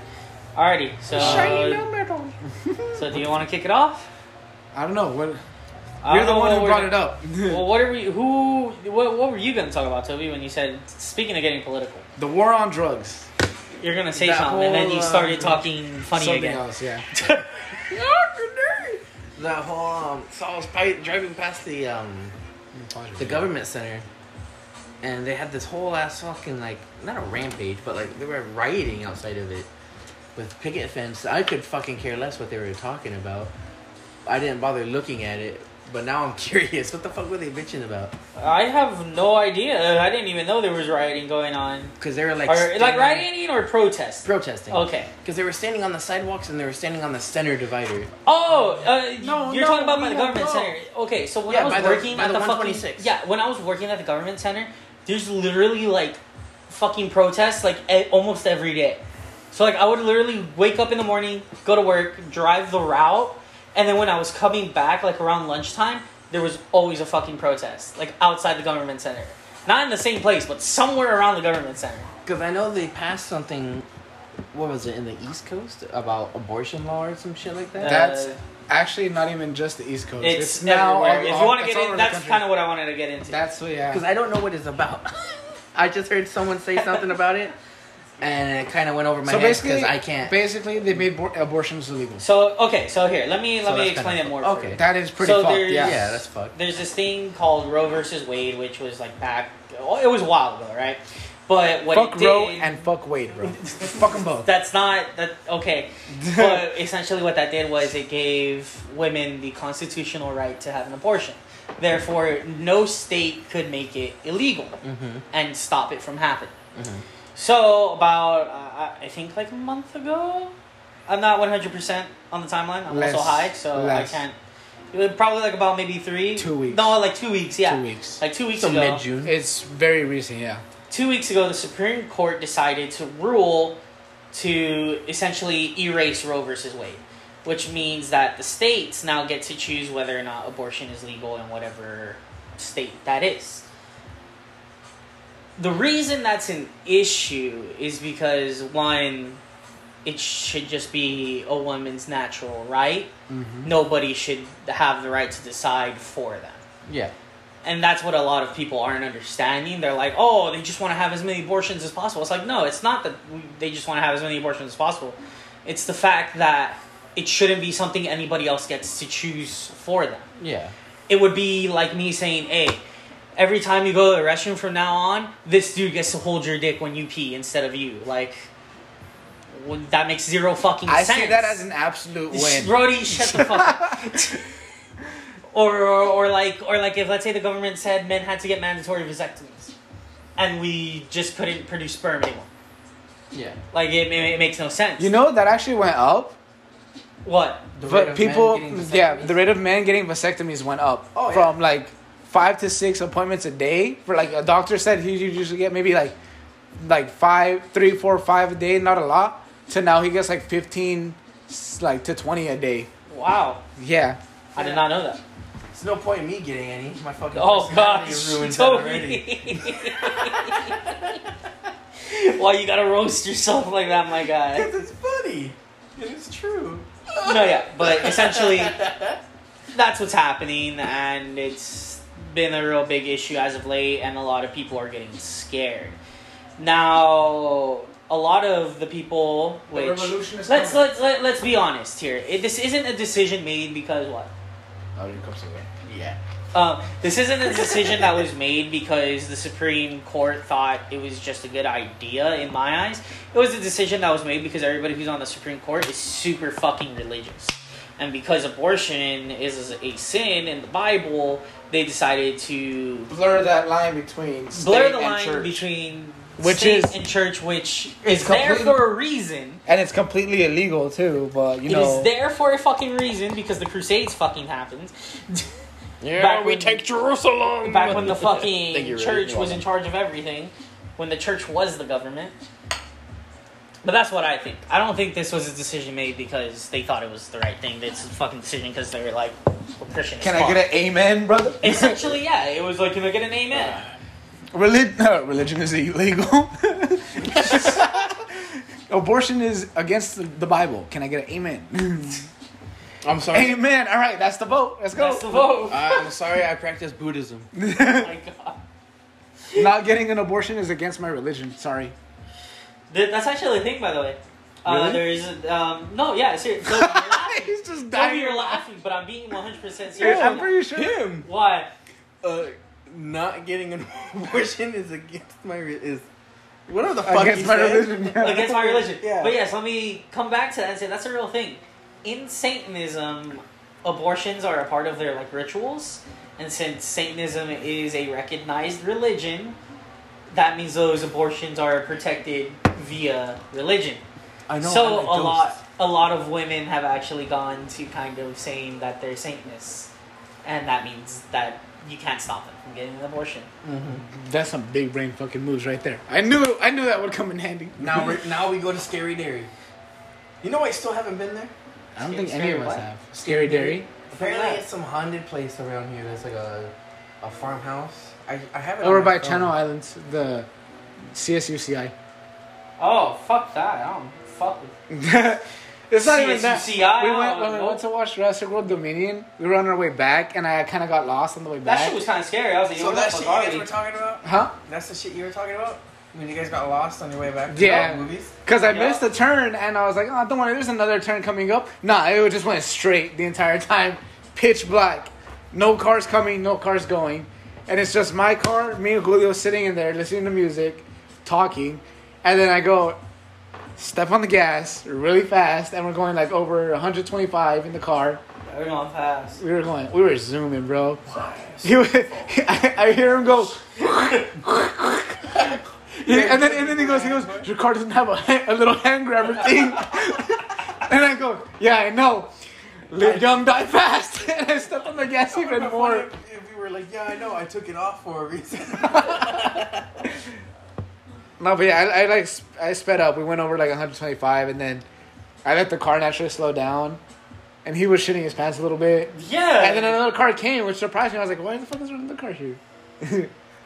Alrighty, so uh, so do you want to kick it off? I don't know what. I You're the don't know one what who we're- brought it up. Well, what are we? Who? What, what were you gonna talk about, Toby? When you said speaking of getting political, the war on drugs. you're gonna say That something, and then whole, you uh, started talking funny Something again. else, yeah. That whole um, so I was pi- driving past the um, the government center, and they had this whole ass fucking like not a rampage, but like they were rioting outside of it with picket fence. I could fucking care less what they were talking about. I didn't bother looking at it, but now I'm curious. What the fuck were they bitching about? I have no idea. I didn't even know there was rioting going on, Because they were like or like standing- rioting or protest. protesting. Okay. Because they were standing on the sidewalks and they were standing on the center divider. Oh, uh, No, you're no, talking about by we the don't government know. center. Okay, so when Yeah, I was by the- working by at the the, fucking 126. yeah, when I was working at the government center, there's literally like fucking protests like e- almost every day. So like I would literally wake up in the morning, go to work, drive the route, and then when I was coming back, like around lunchtime, there was always a fucking protest, like outside the government center, not in the same place, but somewhere around the government center. Because I know they passed something. What was it in the East Coast about abortion law or some shit like that? Uh, That's actually not even just the East Coast. It's, It's, now. everywhere. all- if all- you want to it's get all in, over the that's country. kind of what I wanted to get into. That's what, yeah. because I don't know what it's about. I just heard someone say something about it, and it kind of went over my so head basically, because I can't. Basically, they made bor- abortions illegal. So okay, so here let me So let me that's explain kinda it more. fucked. For Okay. you. That is pretty So fucked. there's- Yeah. yeah, that's fucked. There's this thing called Roe versus Wade, which was like back. oh, It was a while ago, right? But what fuck it did, Roe and fuck Wade, bro. fuck them both. that's not that okay. but essentially, what that did was it gave women the constitutional right to have an abortion. Therefore, no state could make it illegal Mm-hmm. and stop it from happening. So about uh, I I think like a month ago, I'm not 100 percent on the timeline. I'm Less. also high, so Less. I can't. It was Probably like about maybe three. Two weeks. No, like two weeks. Yeah, Two weeks. Like two weeks So ago mid June. It's very recent, yeah. two weeks ago, the Supreme Court decided to rule to essentially erase Roe versus Wade, which means that the states now get to choose whether or not abortion is legal in whatever state that is. The reason that's an issue is because, one, it should just be a woman's natural right. Nobody should have the right to decide for them Yeah. and that's what a lot of people aren't understanding. They're like, oh, they just want to have as many abortions as possible. It's like, no, it's not that we- they just want to have as many abortions as possible. It's the fact that it shouldn't be something anybody else gets to choose for them. Yeah. It would be like me saying, hey, every time you go to the restroom from now on, this dude gets to hold your dick when you pee instead of you. Like, well, that makes zero fucking I sense. see that as an absolute Sh- win. Brody, shut the fuck up. or, or, or like, or like, if let's say the government said men had to get mandatory vasectomies, and we just couldn't produce sperm anymore. Yeah. Like, it, it, it makes no sense. You know that actually went up, what? The rate but of men people, getting yeah, vasectomies. the rate of men getting vasectomies went up Oh, yeah. from like five to six appointments a day. For like a doctor said, he usually get maybe like like five, three, four, five a day, not a lot. To now he gets like fifteen, s- like to twenty a day. Wow, Yeah, I did not know that. There's no point in me getting any. My fucking Oh God, personality you ruined that already. Why you gotta roast yourself like that, my guy? Because it's funny. And it's true. No, yeah, but essentially, that's what's happening, and it's been a real big issue as of late, and a lot of people are getting scared. Now, a lot of the people, which revolution is let's coming. let's let, let's be honest here, it, this isn't a decision made because what? Oh, your cups away. Yeah. Um, this isn't a decision that was made because the Supreme Court thought it was just a good idea. In my eyes, it was a decision that was made because everybody who's on the Supreme Court is super fucking religious, and because abortion is a sin in the Bible, they decided to blur that line between blur state the and line church. between Which state is- and church, which is is there completely- for a reason. and it's completely illegal too. But you It know, is there for a fucking reason because the Crusades fucking happened. Yeah, Back we when- take Jerusalem. back when the Thank you, fucking Rudy. church You're was in welcome. charge of everything, when the church was the government. But that's what I think. I don't think this was a decision made because they thought it was the right thing. It's a fucking decision because they were like, we're Christian. as can I fuck. get an amen, brother? Essentially, yeah. It was like, can I get an amen? Reli- no, religion is illegal. Abortion is against the- the Bible. Can I get an amen? I'm sorry. amen. All right, that's the vote. Let's go. That's the vote. I- I'm sorry. I practice Buddhism. oh my god. Not getting an abortion is against my religion. Sorry. Th- That's actually a thing, by the way. Uh, Really? There's um, no, yeah, seriously. So you're laughing. He's just So you're dying. laughing, but I'm being 100% serious. I'm pretty sure. Him. Why? Uh, not getting an abortion is against my re- is whatever the fuck Against he my said. religion. yeah. against my religion. Yeah. But yes, let me come back to that and say that's a real thing. In Satanism, abortions are a part of their like rituals, and since Satanism is a recognized religion, that means those abortions are protected via religion. I know. so I'm a lot, a lot of women have actually gone to kind of saying that they're Satanists, and that means that you can't stop them from getting an abortion. That's some big brain fucking moves right there. I knew I knew that would come in handy. Now we now we go to Scary Dairy. You know I still haven't been there. I don't Scary- think any of scary us what? have. Scary dairy. Apparently Yeah. it's some haunted place around here that's like a a farmhouse. I I haven't. Over by Channel Islands, the CSUCI. Oh fuck that! I don't fuck with it's not even that. CSUCI, We went, I don't when we know. went to watch Jurassic World Dominion. We were on our way back, and I kind of got lost on the way That back. shit was kind of scary. I was like, yo, So what that the shit you fuck are guys they- were talking about. huh? That's the shit you were talking about when you guys got lost on your way back. To Yeah. the movies. Because I Yeah. missed a turn, and I was like, oh, don't worry, there's another turn coming up. Nah, it just went straight the entire time. Pitch black. No cars coming, no cars going. And it's just my car, me and Julio sitting in there listening to music, talking. And then I go, step on the gas really fast, and we're going like over 125 in the car. We're going fast. We were going, we were zooming, bro. He, was- I, I hear him go, and then and then he goes, he goes, your car doesn't have a, ha- a little hand grabber thing. and I go, yeah, I know. Live young, die fast. and I step on the gas It would even have been more. funny If, if you were like, yeah, I know, I took it off for a reason. No, but yeah, I, I like sp- I sped up. We went over like 125, and then I let the car naturally slow down. And he was shitting his pants a little bit. Yeah. And then another car came, which surprised me. I was like, why the fuck is another car here?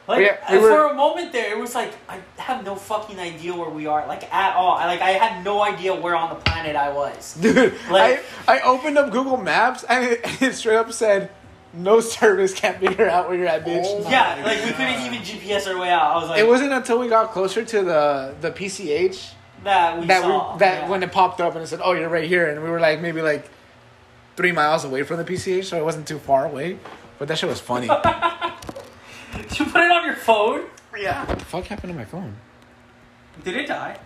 like, yeah, we for were- a moment there, it was like I have no fucking idea where we are, like at all. I like I had no idea where on the planet I was. Dude, Like- I, I opened up Google Maps and it, it straight up said, no service can't figure out where you're at, bitch. Oh. yeah, like we God. couldn't even GPS our way out. I was like, It wasn't until we got closer to the the PCH that we that saw. we, that yeah. when it popped up and it said, "Oh, you're right here," and we were like maybe like three miles away from the PCH, so it wasn't too far away. But that shit was funny. what you put it on your phone, Yeah. the fuck happened to my phone? did it die?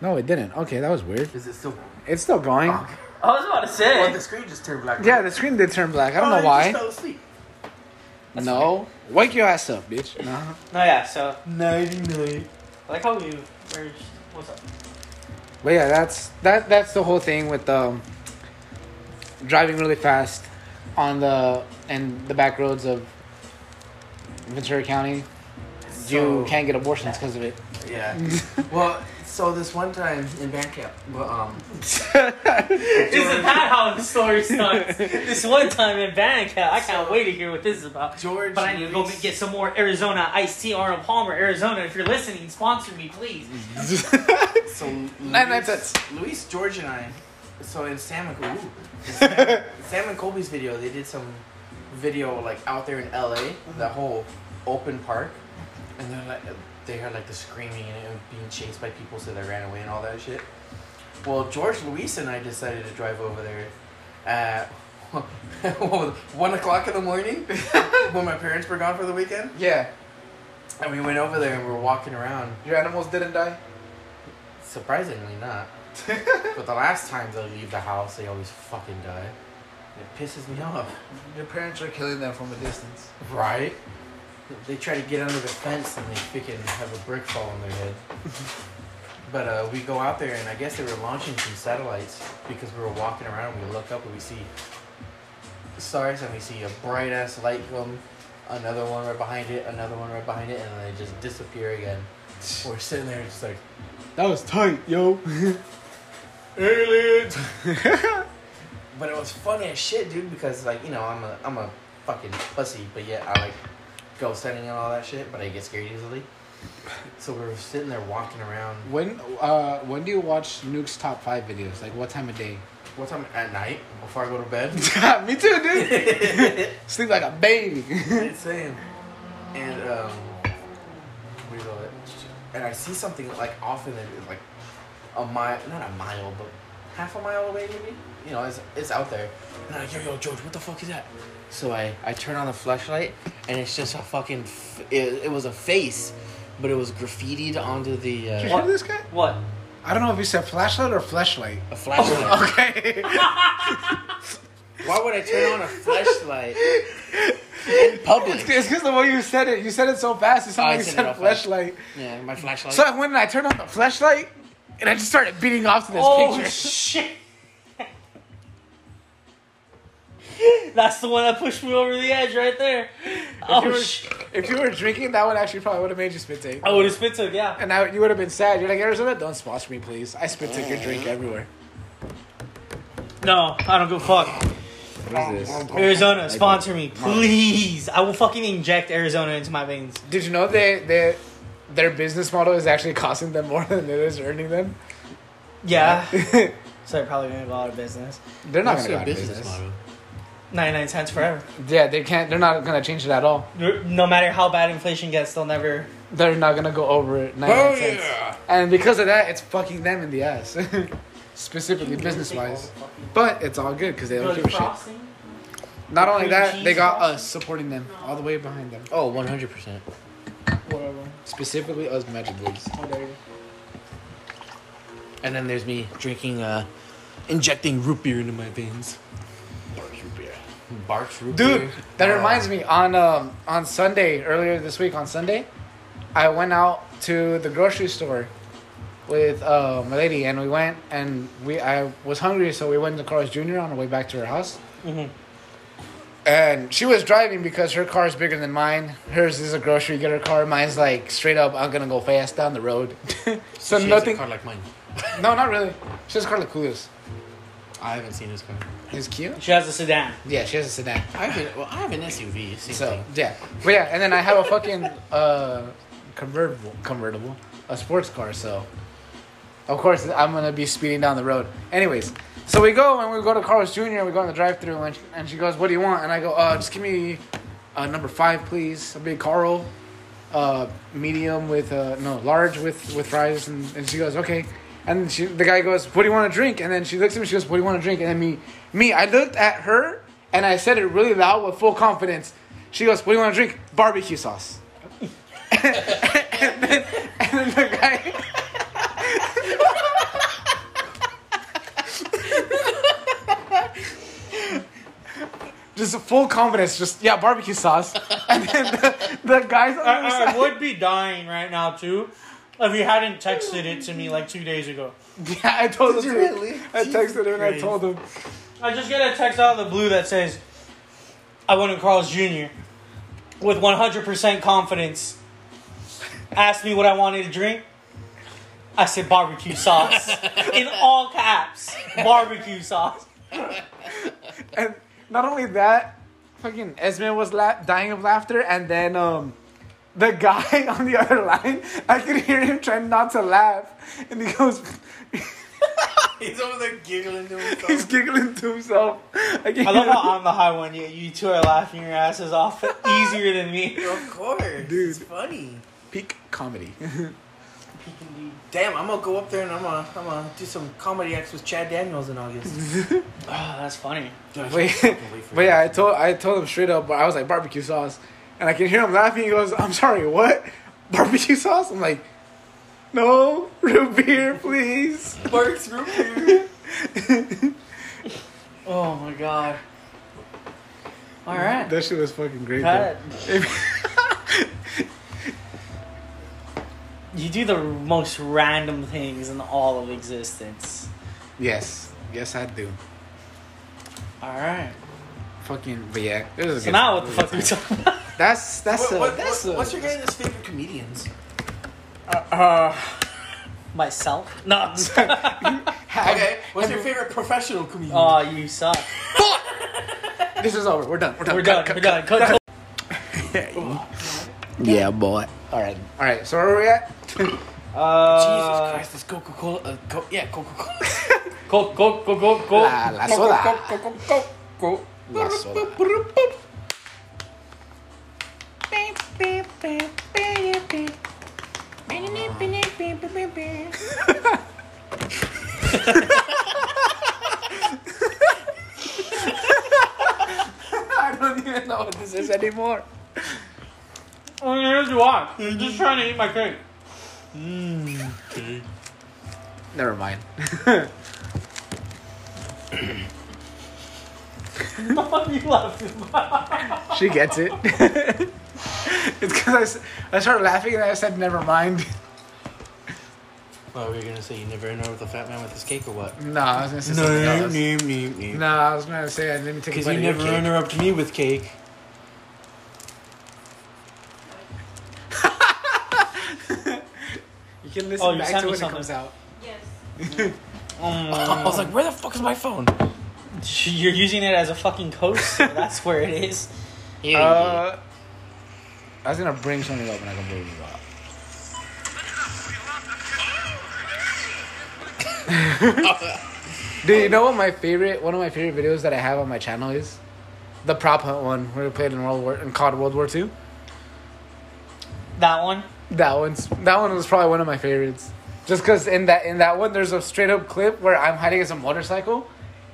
No, it didn't. Okay, that was weird. Is it still? It's still going. I was about to say. Well, the screen just turned black. Yeah, the screen did turn black. I don't Oh, know you why. Just fell asleep. No, wake your ass up, bitch. Nah. no, yeah. So Nighty night. I like how you were. just- What's up? But yeah, that's that. That's the whole thing with um, driving really fast on the and the back roads of Ventura County. you So- can't get abortions because of it. Yeah. well, so this one time in band camp, well, um, Isn't that how the story starts? this one time in Bandcamp, I can't wait to hear what this is about. George. But I need to go get some more Arizona iced tea, Arnold Palmer, Arizona. If you're listening, sponsor me, please. So Nine nine Luis, cents. Luis, George, and I. So in Sam and Colby, Sam and Colby's video, they did some video like out there in LA, Mm-hmm. that whole open park, and they're like, they heard like the screaming and it being chased by people, so they ran away and all that shit. Well, George, Luis, and I decided to drive over there at one o'clock in the morning when my parents were gone for the weekend, yeah, and we went over there and we were walking around. your animals didn't die. Surprisingly not. but the last times I leave the house, they always fucking die. It pisses me off. Your parents are killing them from a distance. Right? They try to get under the fence and they freaking have a brick fall on their head. but uh, we go out there and I guess they were launching some satellites because we were walking around and we look up and we see stars and we see a bright ass light come, another one right behind it, another one right behind it, and then they just disappear again. We're sitting there just like, That was tight, yo. aliens. but it was funny as shit, dude, because like you know I'm a I'm a fucking pussy, but yet I like ghost hunting and all that shit, but I get scared easily. So we were sitting there walking around. when uh when do you watch Nuke's top five videos? Like what time of day? What time? At night before I go to bed. Me too, dude. Sleep like a baby. Same. And um, what do you call it? And I see something like off in the like a mile, not a mile, but half a mile away, maybe. You know, it's it's out there. And I'm like, yo, yo, George, what the fuck is that? So I I turn on the flashlight, and it's just a fucking. F- it, it was a face, but it was graffitied onto the Did you uh, hear this guy? What? I don't know if he said flashlight or flashlight. a Oh, flashlight. Okay. Why would I turn on a flashlight in public? It's because the way you said it. You said it so fast. It Oh, sounded I like you said it said real fast. Oh, flashlight. Yeah, my flashlight. So I went and I turned on the flashlight, and I just started beating off to this Oh picture. shit! oh, That's the one that pushed me over the edge right there. if, you Oh were, sh! if you were drinking, that one actually probably would have made you spit take. I would have spit took. Yeah. And I, you would have been sad. You're like, Arizona, don't sponsor me, please. I spit took your drink everywhere. No, I don't give a fuck. What is this? Arizona, sponsor me, please. I will fucking inject Arizona into my veins. Did you know they, they, their business model is actually costing them more than it is earning them? Yeah. so they're probably gonna go out of business. They're not What's going to go their out of business. model? 99 cents forever. Yeah, they can't. They're not going to change it at all. No matter how bad inflation gets, they'll never. They're not going to go over it. 99 Oh cents. yeah. And because of that, it's fucking them in the ass. Specifically business wise. But it's all good because they don't give a shit. Not only that, they got us supporting them all the way behind them. Oh, 100%. Whatever. Specifically us Magic Boobs. Whatever. And then there's me drinking, uh, injecting root beer into my veins. Barks root beer. Dude, that reminds me on um, on Sunday earlier this week on Sunday, I went out to the grocery store with uh, my lady and we went and we I was hungry so we went to Carl's Jr. on the way back to her house. And she was driving because her car is bigger than mine. Hers is a grocery getter car. Mine's like straight up. I'm gonna go fast down the road. so She has a nothing. car like mine. No, not really. She has a car like Coolio's. I haven't seen this car. It's cute. She has a sedan. Yeah, she has a sedan. I have an, well, I have an SUV. Same So thing. yeah, but yeah, and then I have a fucking uh, convertible, convertible, a sports car. So of course I'm gonna be speeding down the road. Anyways, so we go and we go to Carlos Jr. and we go in the drive-through and, and she goes, "What do you want?" And I go, "Uh, just give me uh, number five, please, a big Carl." uh, medium with uh, no large with with fries, and, and she goes okay, and she, the guy goes, what do you want to drink? And then she looks at me, she goes, what do you want to drink? And then me, me, I looked at her and I said it really loud with full confidence. She goes, what do you want to drink? Barbecue sauce. and then, and then the guy. Just full confidence, just yeah, barbecue sauce, and then the, the guys on the other I, I side- would be dying right now too if you hadn't texted it to me like two days ago. Yeah, I told Did him. you to. really? I Jesus texted him and I Christ. told him. I just get a text out of the blue that says, "I went to Carl's Jr. with 100% confidence. Asked me what I wanted to drink. I said barbecue sauce in all caps. Barbecue sauce. And not only that, fucking Esme was la- dying of laughter, and then um, the guy on the other line, I could hear him trying not to laugh, and he goes, He's over there giggling to he's himself. giggling to himself. I, I love how I'm the high one. Yet you two are laughing your asses off easier than me. of course, Dude. It's funny. peak comedy. Damn, I'm gonna go up there and I'm gonna, I'm gonna do some comedy acts with Chad Daniels in August. Oh, that's funny. Dude, I can't Wait, fucking wait for but it. yeah, I told I told him straight up, but I was like barbecue sauce, and I can hear him laughing. He goes, "I'm sorry, what? Barbecue sauce?" I'm like, "No, root beer, please." Barks root beer. Oh my god. All right. That shit was fucking great. Cut. though. You do the most random things in all of existence. yes, yes, I do. All right. Fucking, but yeah, it was a So good. now what the fuck are we talking about? That's that's What, a, what, that's what, a- what's your guys' favorite comedians? Uh, myself? No. I'm just- Okay, what's your favorite professional comedian? oh, you suck. This is over. We're done. We're done. We're done. We're done. Cut, cut. Yeah, boy. All right. All right. So where are we at? Uh, Jesus Christ, this Coca Cola. Uh, co- yeah, Coca Cola. Go, go, go, go, go. La, la soda. La soda. Soda. I don't even know what this is anymore. Oh, here's why. I'm just trying to eat my cake. Never mind. What the fuck you laughing She gets it. it's because I, s- I started laughing and I said, never mind. Well, were you gonna say you never know with a fat man with his cake or what? No, I was going to say something No, else. no, no, no. No, I was going to say, let me take a Because bite you of your never cake. interrupt me with cake. You can listen Oh, you back sent to me when it something. comes out. Yes. Oh, I was like, where the fuck is my phone? You're using it as a fucking coaster. That's where it is. Uh, I was going to bring something up and I completely forgot. Dude, you know what my favorite, one of my favorite videos that I have on my channel is? The prop hunt one where we played in World War, in COD World War Two. That one. That one's that one was probably one of my favorites. Just because in that in that one there's a straight up clip where I'm hiding as a motorcycle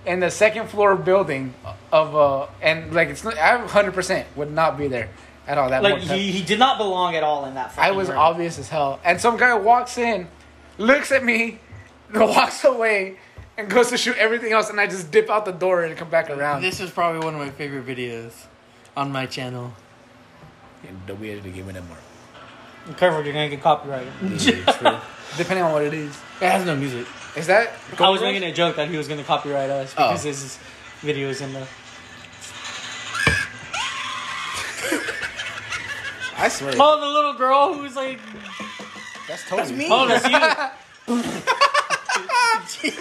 in the second floor building of uh and like it's not I 100 percent would not be there at all that Like motorcycle. he, he did not belong at all in that. I fucking was room. obvious as hell and some guy walks in, looks at me, walks away, and goes to shoot everything else and I just dip out the door and come back around. This is probably one of my favorite videos on my channel. Don't be able to give me that more. Be careful, you're gonna get copyrighted. Depending on what it is. It has no music. Is that I was GoPro? making a joke that he was gonna copyright us Oh. because his video is in the. I swear. Oh, the little girl who was like, That's totally That's me. "Oh, that's you." Jesus You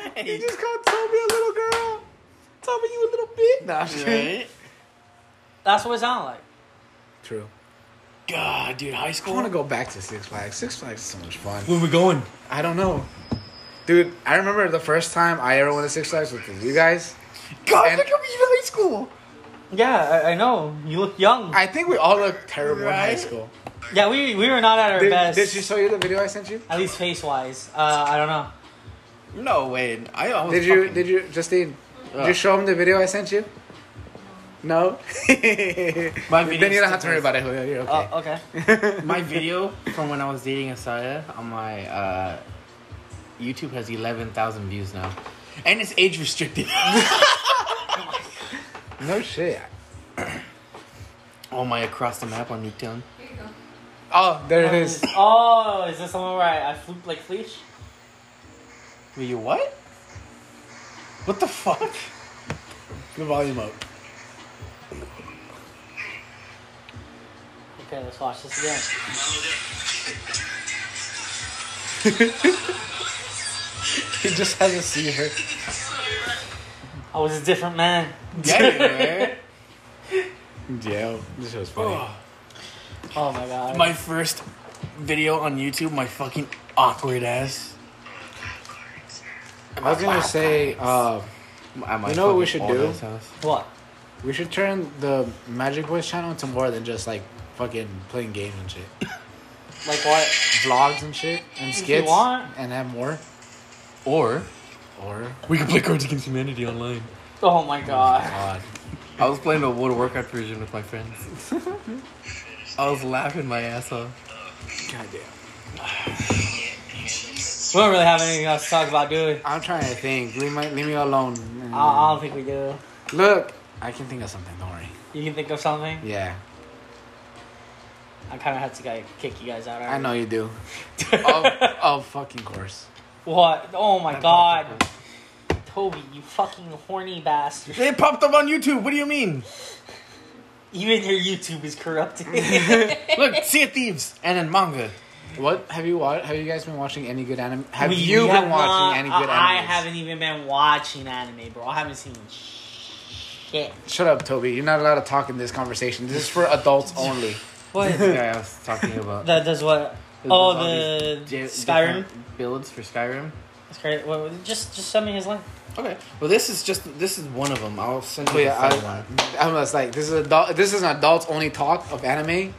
Christ. just called Toby a little girl. Toby, you a little bitch. Nah, I'm just kidding. Right? That's what it sounded like. True. God, dude, high I school. want to go back to Six Flags. Six Flags is so much fun. Where we going? I don't know. Dude, I remember the first time I ever went to Six Flags with you guys. God, And- look at me in high school. Yeah, I, I know. You look young. I think we all looked terrible in high Right? school. Yeah, we, we were not at our Did, best. did she show you the video I sent you? at least face wise. Uh, I don't know. No way. I Oh, almost. Did you? fucking- Did you, Justine? Uh. Did you show him the video I sent you? No. My then you video's don't have to worry different. about it, Julio. You're okay. Oh, okay. My video from when I was dating Asaya on my uh, YouTube has 11,000 views now. And it's age restricted. Uh. No shit. All my across the map on Nuketown. Oh, there Uh. it is. Oh, is this the one where I, I floop like fleesh? Wait, you what? What the fuck? The volume up. Okay, let's watch this again. He just hasn't seen her. I was a different man. Yeah, you were. Yeah, this was Oh, Oh my god. my first video on YouTube, my fucking awkward ass. I was gonna say, uh, I You know what we should do? what? we should turn the Magic Voice channel into more than just like fucking playing games and shit, Like what? vlogs and shit, and you skits, want. and have more. Or Or we could play Cards Against Humanity online. Oh my god. God, I was playing the World of Warcraft version with my friends. I was laughing my ass off. goddamn. We don't really have anything else to talk about, do we? I'm trying to think. Leave my leave me alone. I, I don't think we do. Look, I can think of something. Don't worry. You can think of something? Yeah, I kind of had to guy, kick you guys out. I already. know you do. oh, oh, fucking course. What? Oh my god. popped Toby, you fucking horny bastard. It popped up on YouTube. What do you mean? Even your YouTube is corrupted. Look, Sea of Thieves and then manga. What have you watched? Have you guys been watching any good anime? Have We- you we been have watching not- any good anime? I, I haven't even been watching anime, bro. I haven't seen shit. Shut up, Toby. You're not allowed to talk in this conversation. This is for adults only. What? Yeah, I was talking about. that does what? There's Oh, all the these di- Skyrim. different builds for Skyrim. That's great. What- what- just, just send me his link. Okay. Well, this is just this is one of them. I'll send But you yeah, the third one. I, I was like, this is adult. This is an adults only talk of anime.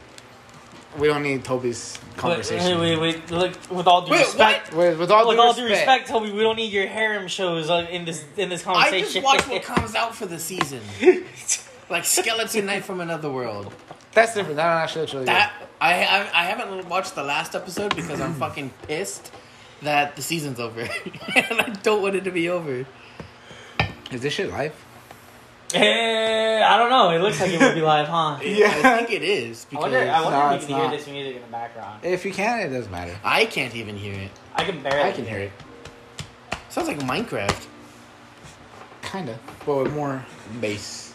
We don't need Toby's Wait, conversation. wait, wait, wait. Look, with all due Wait, respect, With, with all, with due, all respect, due respect, Toby, we don't need your harem shows on, in this in this I conversation. just watch what comes out for the season, like Skeleton Knight from Another World. that's different. That actually looks really That I I, I haven't watched the last episode because I'm fucking pissed that the season's over, and I don't want it to be over. good. Is this shit live? Eh, I don't know. It looks like it would be live, huh? I think it is I because wonder, I wonder No, if it's you can not. hear this music in the background. If you can, it doesn't matter. I can't even hear it. I can barely. I can hear it. Sounds like Minecraft. Kinda, but with more. Bass.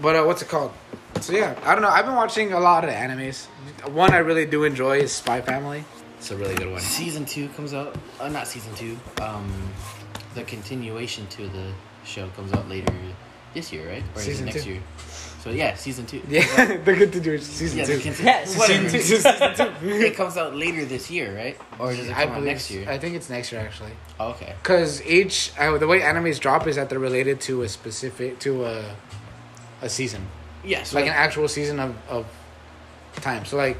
But uh, what's it called? So yeah, I don't know. I've been watching a lot of animes. One I really do enjoy is Spy Family. It's a really good one. Season two comes out. Uh, not season two. Um, the continuation to the show comes out later this year, right? Or is it Season next two. year. So yeah, season two. Yeah, the good to do is season Yeah, the two. conti- Yeah, season whatever. two. Season two. It comes out later this year, right? Or does it I come out believe next year? I think it's next year actually. oh, okay. Cause each uh, the way animes drop is that they're related to a specific to a a season, Yeah. So like an actual season of of time. So like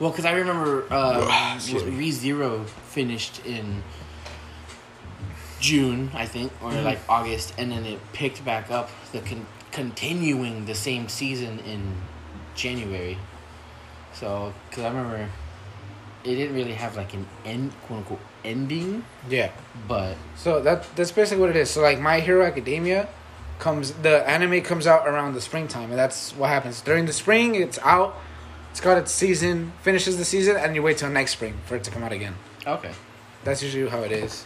Well, because I remember uh, Ah, Excuse me. Re Zero finished in June, I think, or Mm-hmm. like August, and then it picked back up, the con- continuing the same season in January. So, because I remember it didn't really have like an end, quote unquote, ending, yeah, but so that that's basically what it is. So like My Hero Academia comes the anime comes out around the springtime, and that's what happens during the spring. It's out. It's got its season, finishes the season, and you wait till next spring for it to come out again. okay. That's usually how it is.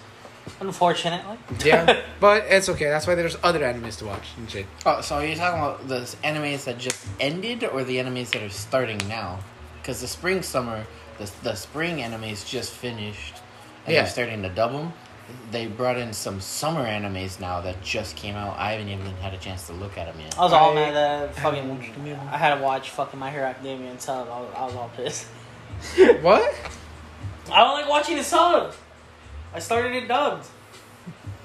Unfortunately. Yeah, but it's okay. That's why there's other animes to watch and shit. Oh, so you're talking about the s- animes that just ended, or the animes that are starting now? Because the spring summer, the the spring animes just finished, and Yeah. they're starting to dub them. They brought in some summer animes now that just came out. I haven't even had a chance to look at them yet. I was all I mad that haven't watched them fucking. yet. I had to watch fucking My Hero Academia and Sub. I was, I was all pissed. What? I don't like watching the sub. I started it dubbed.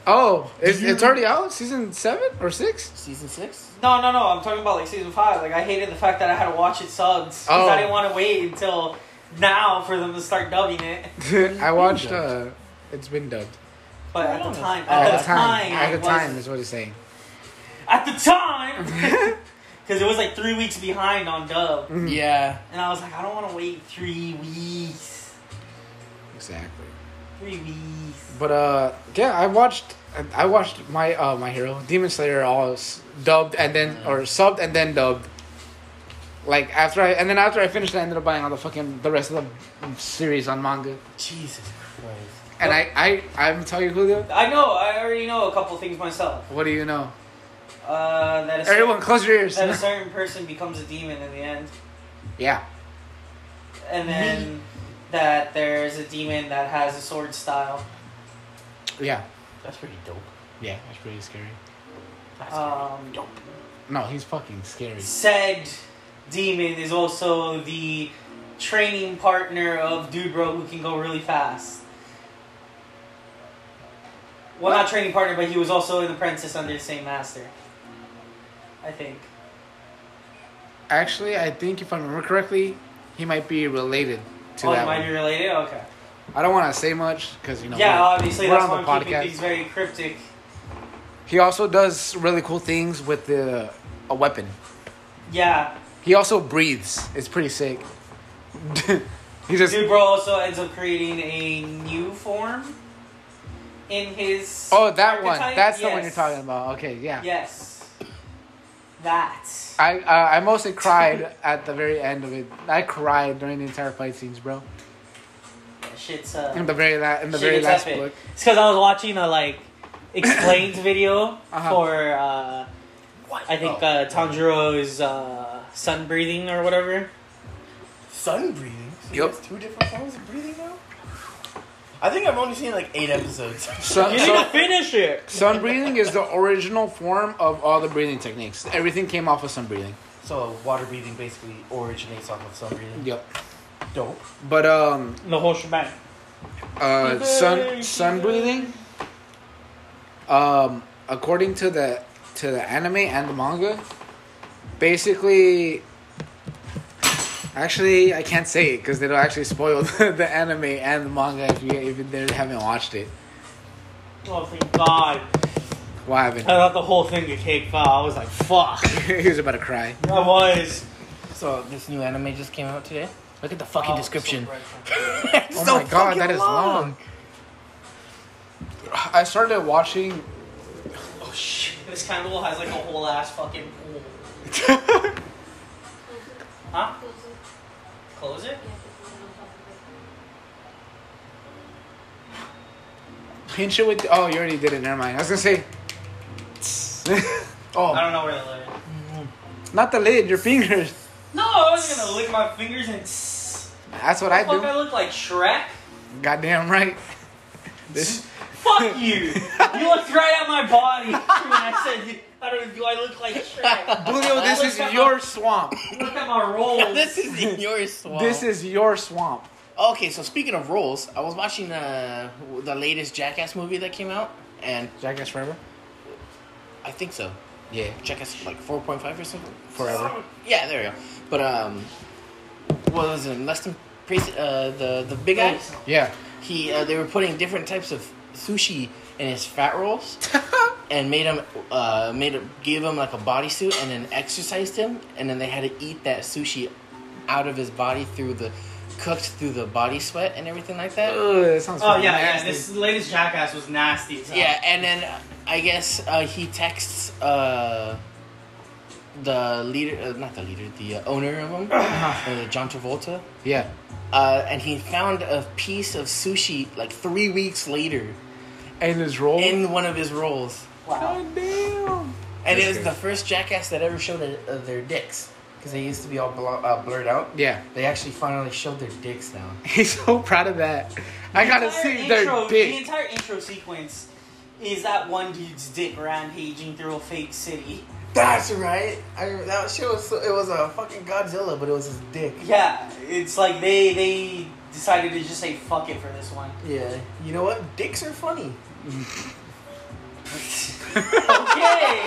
Oh, it's, you- it's already out? Season 7 or 6? Season six. No, no, no. I'm talking about like season five. Like I hated the fact that I had to watch it subs because Oh. I didn't want to wait until now for them to start dubbing it. I watched, dubbed? uh, it's been dubbed. But I at the don't know. time, Oh, at the time, At the it was- time is what he's saying. at the time, because it was like three weeks behind on dub, Mm-hmm. Yeah. and I was like, I don't want to wait three weeks. Exactly. Three weeks. But uh, yeah, I watched I watched my uh my hero Demon Slayer all s- dubbed and then or subbed and then dubbed. Like after I and then after I finished, I ended up buying all the fucking the rest of the series on manga. Jesus Christ. And I I I'm telling you Julio, I know. I already know a couple things myself. what do you know? Uh, that a cer- Everyone, close your ears. that a certain person becomes a demon in the end, yeah, and then that there's a demon that has a sword style. yeah, That's pretty dope. yeah. That's pretty scary. That's Um, dope. No, he's fucking scary. said demon is also the training partner of dude bro who can go really fast. Well, not training partner, but he was also an apprentice under the same master. I think. Actually, I think if I remember correctly, he might be related to oh, it that. might one. be related. Okay. I don't want to say much because you know. yeah, we're- obviously we're that's on why the I'm keeping podcast. things very cryptic. He also does really cool things with the a weapon. Yeah, He also breathes. It's pretty sick. he just dude bro also ends up creating a new form in his. Oh, that one. archetype? That's the one you're Yes. talking about. Okay, yeah. Yes. That. I uh, I mostly cried at the very end of it. I cried during the entire fight scenes, bro. Shit's In uh, the very last in the shit very gets last epic. book. It's because I was watching a like explains video Uh-huh. Oh. for uh, I think Oh. uh, Tanjiro's uh, sun breathing or whatever. sun breathing. So Yep. There's two different forms of breathing now. I think I've only seen like eight episodes. Sun, You need to sun, finish it. sun breathing is the original form of all the breathing techniques. Everything came off of sun breathing. so water breathing basically originates off of sun breathing. Yep. Dope. But um The whole shebang. uh, sun sun breathing. Um, according to the to the anime and the manga, basically, actually I can't say it because they don't actually spoil the, the anime and the manga if you if they haven't watched it. Oh thank God! Why I haven't? thought the whole thing could take fire. I was like, fuck. he was about to cry. I was. So this new anime just came out today. Look at the fucking Oh, description. so breadcrumb. Oh my god, that is long. I started watching. Oh shit! This candle has like a whole ass fucking pool. Huh? Close it. Pinch it with. Oh, you already did it. Never mind. I was gonna say. oh, I don't know where to lay it. not the lid. Your fingers. No, I was gonna lick my fingers and. Tss. That's what I Fuck, do. I look like Shrek. Goddamn right. This Fuck you! you looked right at my body when I said, "I don't. Do I look like Shrek?" Julio, this Look is at your swamp. My, look at my rolls. this is in your swamp. This is your swamp. okay. So speaking of roles, I was watching the the latest Jackass movie that came out, and Jackass Forever? I think so. Yeah. Jackass like four point five or something. Forever. Yeah, there we go. But um, what was it? Leston, Priest- uh, the the big guy. Yeah. He uh, they were putting different types of sushi in his fat rolls, and made him uh made him give him like a bodysuit, and then exercised him, and then they had to eat that sushi out of his body through the cooked through the body sweat and everything like that. Ugh, that sounds Oh yeah, fucking yeah. nasty. This latest Jackass was nasty. as hell. Yeah, and then uh, I guess uh, he texts uh, the leader, uh, not the leader, the uh, owner of him, uh, John Travolta, Yeah. uh, and he found a piece of sushi like three weeks later And his roll. in one of his rolls, Wow. Goddamn. and it That's was good. the first jackass that ever showed it, uh, their dicks because they used to be all bl- uh, blurred out. Yeah. They actually finally showed their dicks now. He's so proud of that. I gotta Entire see their intro- The dick. entire intro sequence is that one dude's dick rampaging through a fake city. That's right. I, that show was so, it was a fucking Godzilla, but it was his dick. Yeah, it's like they they decided to just say fuck it for this one. Yeah. You know what? Dicks are funny. Okay.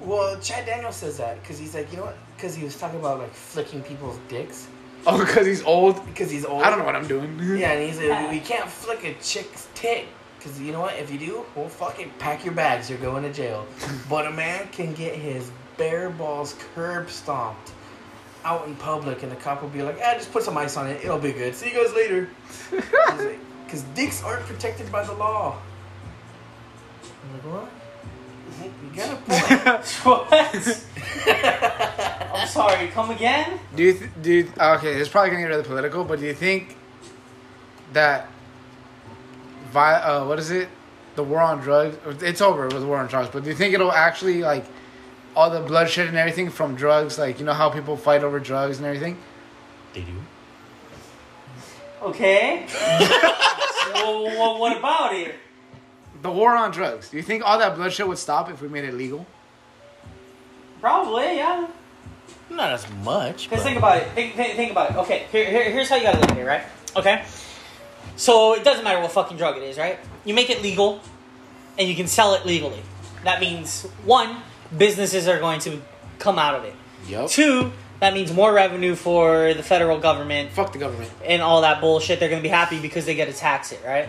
Well, Chad Daniels says that because he's like, you know what? Because he was talking about like flicking people's dicks Oh, because he's old. because he's old. I don't know what I'm doing. Yeah, and he said we can't flick a chick's tit because you know what? If you do, well, fucking pack your bags. You're going to jail. but a man can get his bare balls curb stomped out in public, and the cop will be like, "Ah, just put some ice on it. It'll be good. See you guys later." Because dicks aren't protected by the law. I'm like, what? You got a point. what? I'm sorry. Come again? Do you th- do you, ah, okay? It's probably gonna get really political, but do you think that vi- uh, what is it? The war on drugs. It's over with the war on drugs, but do you think it'll actually like all the bloodshed and everything from drugs? Like you know how people fight over drugs and everything. they do. Okay. well, well, what about it? The war on drugs. Do you think all that bloodshed would stop if we made it legal? Probably, yeah. Not as much. Because but- think about it. Think, think, think about it. Okay, here, here, here's how you gotta look at it, right? Okay. So it doesn't matter what fucking drug it is, right? You make it legal, and you can sell it legally. That means one, businesses are going to come out of it. Yup. Two, that means more revenue for the federal government Fuck the government. and all that bullshit. They're gonna be happy because they get to tax it, right?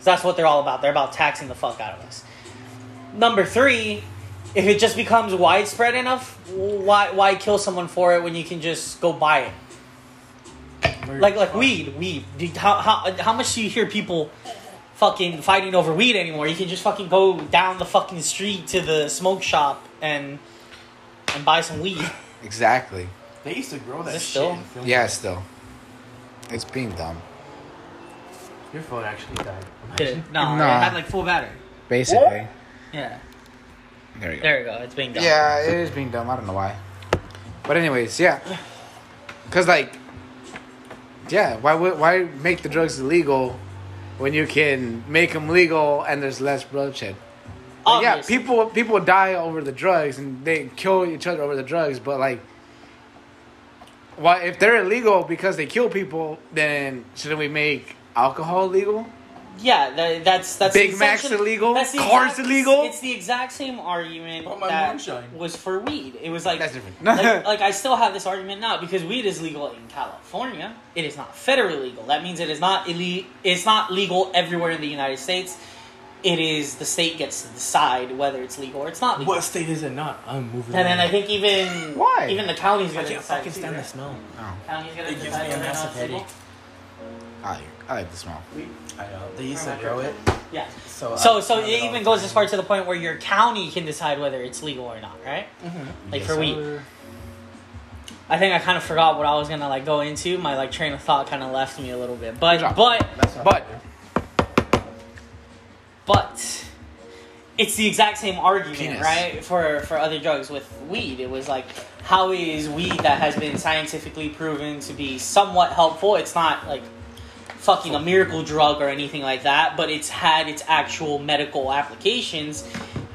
So that's what they're all about. They're about taxing the fuck out of us. Number three, if it just becomes widespread enough, why why kill someone for it when you can just go buy it? Like like weed, weed. Do you- How how how much do you hear people fucking fighting over weed anymore? You can just fucking go down the fucking street to the smoke shop and and buy some weed. Exactly. They used to grow that this shit. still? in film. Yes, though. It's being dumb. Your phone actually died. Did it? No, Nah. it had like full battery. Basically. Yeah, There you go. there we go. It's being done. Yeah, it is being dumb. I don't know why. But anyways, yeah. Cause like, yeah, why would why make the drugs illegal when you can make them legal and there's less bloodshed? Like, yeah, Obviously. people people die over the drugs and they kill each other over the drugs, but like. Why, if they're illegal because they kill people, then shouldn't we make alcohol legal? Yeah, tha- that's that's Big Mac's essentially- illegal, the cars exact- illegal. It's the exact same argument But my that moonshine. was for weed. It was like That's different. like, like I still have this argument now because weed is legal in California. It is not federally legal. That means it is not ille- It's not legal everywhere in the United States. It is the state gets to decide whether it's legal or it's not legal. What state is it not? I'm moving. And then on. I think even Why? even the county's I gonna can't decide. fucking too, stand the right? smell. Oh, County's gonna It gives decide me a whether or not massive it's legal. headache. I like, I like the smell. I know. They used to grow it. Yeah. So uh, So, I- so I it even don't- goes as far to the point where your county can decide whether it's legal or not, right? Mm-hmm. Like for weed. I think I kind of forgot what I was gonna like go into. My like train of thought kind of left me a little bit, but Good job. but That's not But- fair. but it's the exact same argument, Penis. right? For for other drugs with weed, it was like, how is weed that has been scientifically proven to be somewhat helpful? It's not like fucking a miracle drug or anything like that, but it's had its actual medical applications.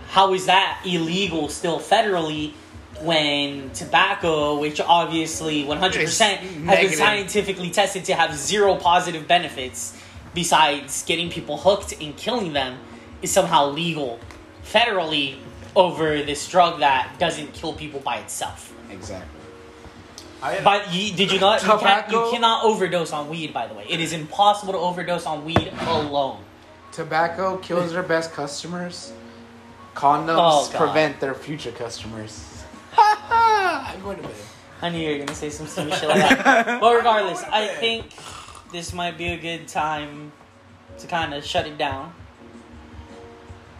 How is that illegal still federally? When tobacco, which obviously 100% has been negative. scientifically tested to have zero positive benefits, besides getting people hooked and killing them is somehow legal federally over this drug that doesn't kill people by itself. Exactly. I, But you, did you not? You, can't, you Tobacco- cannot overdose on weed. By the way, it is impossible to overdose on weed alone. Tobacco kills their best customers. Condoms Oh, God. prevent their future customers. Ah, I'm going to bed. I knew you were gonna say some stupid shit like that. But regardless, I think this might be a good time to kind of shut it down.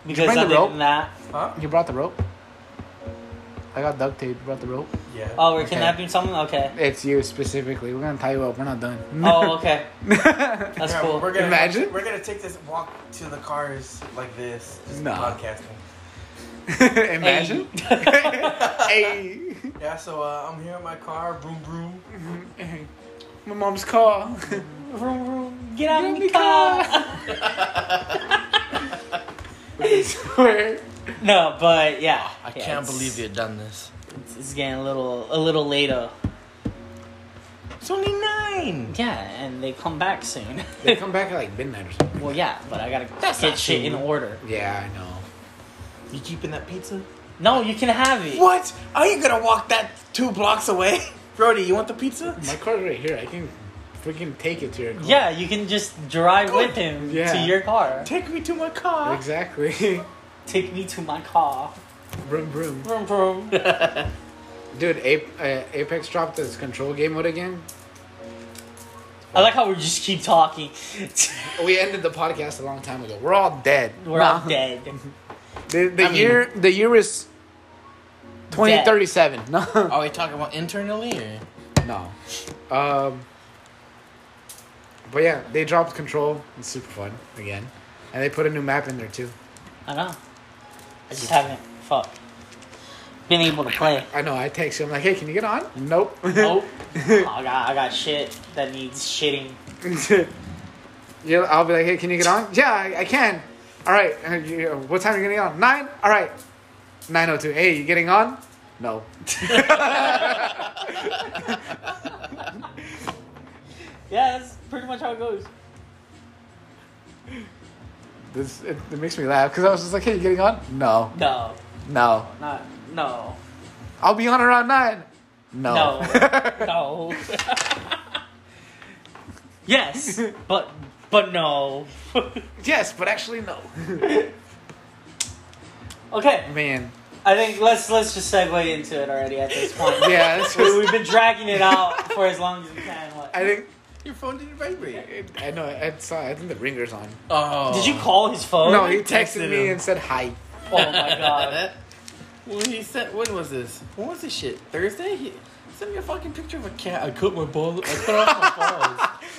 Because bring the other rope? than that, Huh? You brought the rope? I got duct tape. You brought the rope? Yeah. oh, we're Okay. kidnapping someone. Okay. It's you specifically. We're gonna tie you up. We're not done. Oh, okay. That's Yeah, cool. We're gonna, Imagine. We're gonna take this walk to the cars like this. Just Nah. podcasting. Imagine. Hey. Yeah. So uh, I'm here in my car. Broom, broom. My mom's car. Vroom, vroom. Get out Get of out the the car. car. I swear. no, but yeah. I Yeah, can't it's- believe you've done this. It's, it's getting a little a little later. It's It's only nine. Yeah, and they come back soon. They come back at like midnight or something. well, yeah, but I gotta That's get not shit in soon. order. Yeah, I know. You keeping that pizza? No, you can have it. What? Are you gonna walk that two blocks away, Brody? You want the pizza? My car's right here. I can freaking take it to your car. Yeah, you can just drive with him Yeah. to your car. Take me to my car. Exactly. Take me to my car. broom, broom. Vroom, vroom. Dude, Ape, uh, Apex dropped his control game mode again. I like how we just keep talking. We ended the podcast a long time ago. We're all dead. We're all dead. The, the I mean- year the year is 2037. No. Are we talking about internally or? no. Um, but yeah, they dropped control. It's super fun again. And they put a new map in there too. I know. I just haven't fuck been able to play. I know, I text him like, hey, can you get on? Nope. Nope. I got I got shit that needs shitting. yeah, I'll be like, hey, can you get on? Yeah, I, I can. All right. uh, you- uh, What time are you getting on? Nine? All right. 9.02. Hey, you getting on? No. Yeah, that's pretty much how it goes. This, it, it makes me laugh because I was just like, hey, you getting on? No. No, No. not no, I'll be on around nine. No. no, no. yes, but but no. yes, but actually, no. okay, Man. I think let's let's just segue into it already at this point. Yeah, that's We- just, We've been dragging it out for as long as we can. What? I think. Your phone didn't vibrate. I know. I saw. I think the ringer's on. Oh. Did you call his phone? no, he texted texted me him. and said hi. Oh my god. When he said, when was this? When was this shit? Thursday? He sent me a fucking picture of a cat. I cut my ball. I cut off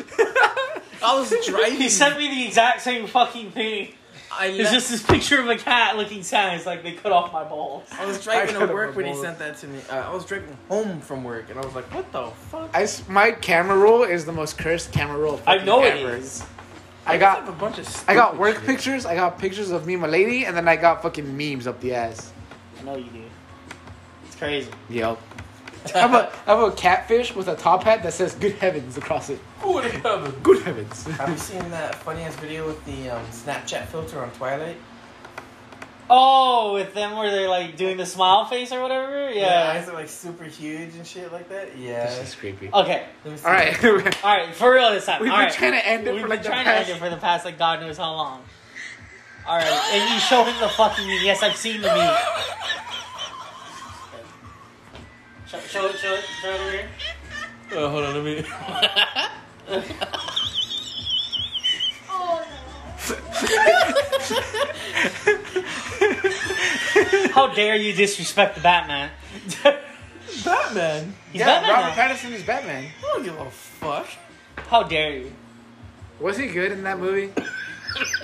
my balls. I was driving. He sent me the exact same fucking thing. I, It's left, just this picture of a cat looking sad. It's like they cut off my balls. I was I driving cut to off work my when he balls. sent that to me. Uh, I was driving home from work, and I was like, what the fuck? I s my camera roll is the most cursed camera roll. I fucking know it ever. is. I just got- have a bunch of. I got stupid work shit. pictures. I got pictures of me, and my lady, and then I got fucking memes up the ass. I know you do. It's crazy. Yep. I have a I have a catfish with a top hat that says "Good Heavens" across it. Who would have ever? Good heavens. Have you seen that funny ass video with the um, Snapchat filter on Twilight? Oh, with them where they're like doing the smile face or whatever? Yeah. eyes are like super huge and shit like that. Yeah. This is creepy. Okay. Let me see. All right. We've been Alright, for real this time. Alright. trying to end it We've for been like the trying past. to end it for the past like God knows how long. Alright, and you show him the fucking meme. Yes, I've seen the meme. Show, show it, show it, show it over here. Uh, hold on, let me. How dare you disrespect the Batman? Batman. He's yeah, Batman Robert now. Pattinson is Batman. I don't give a fuck. How dare you? Was he good in that movie?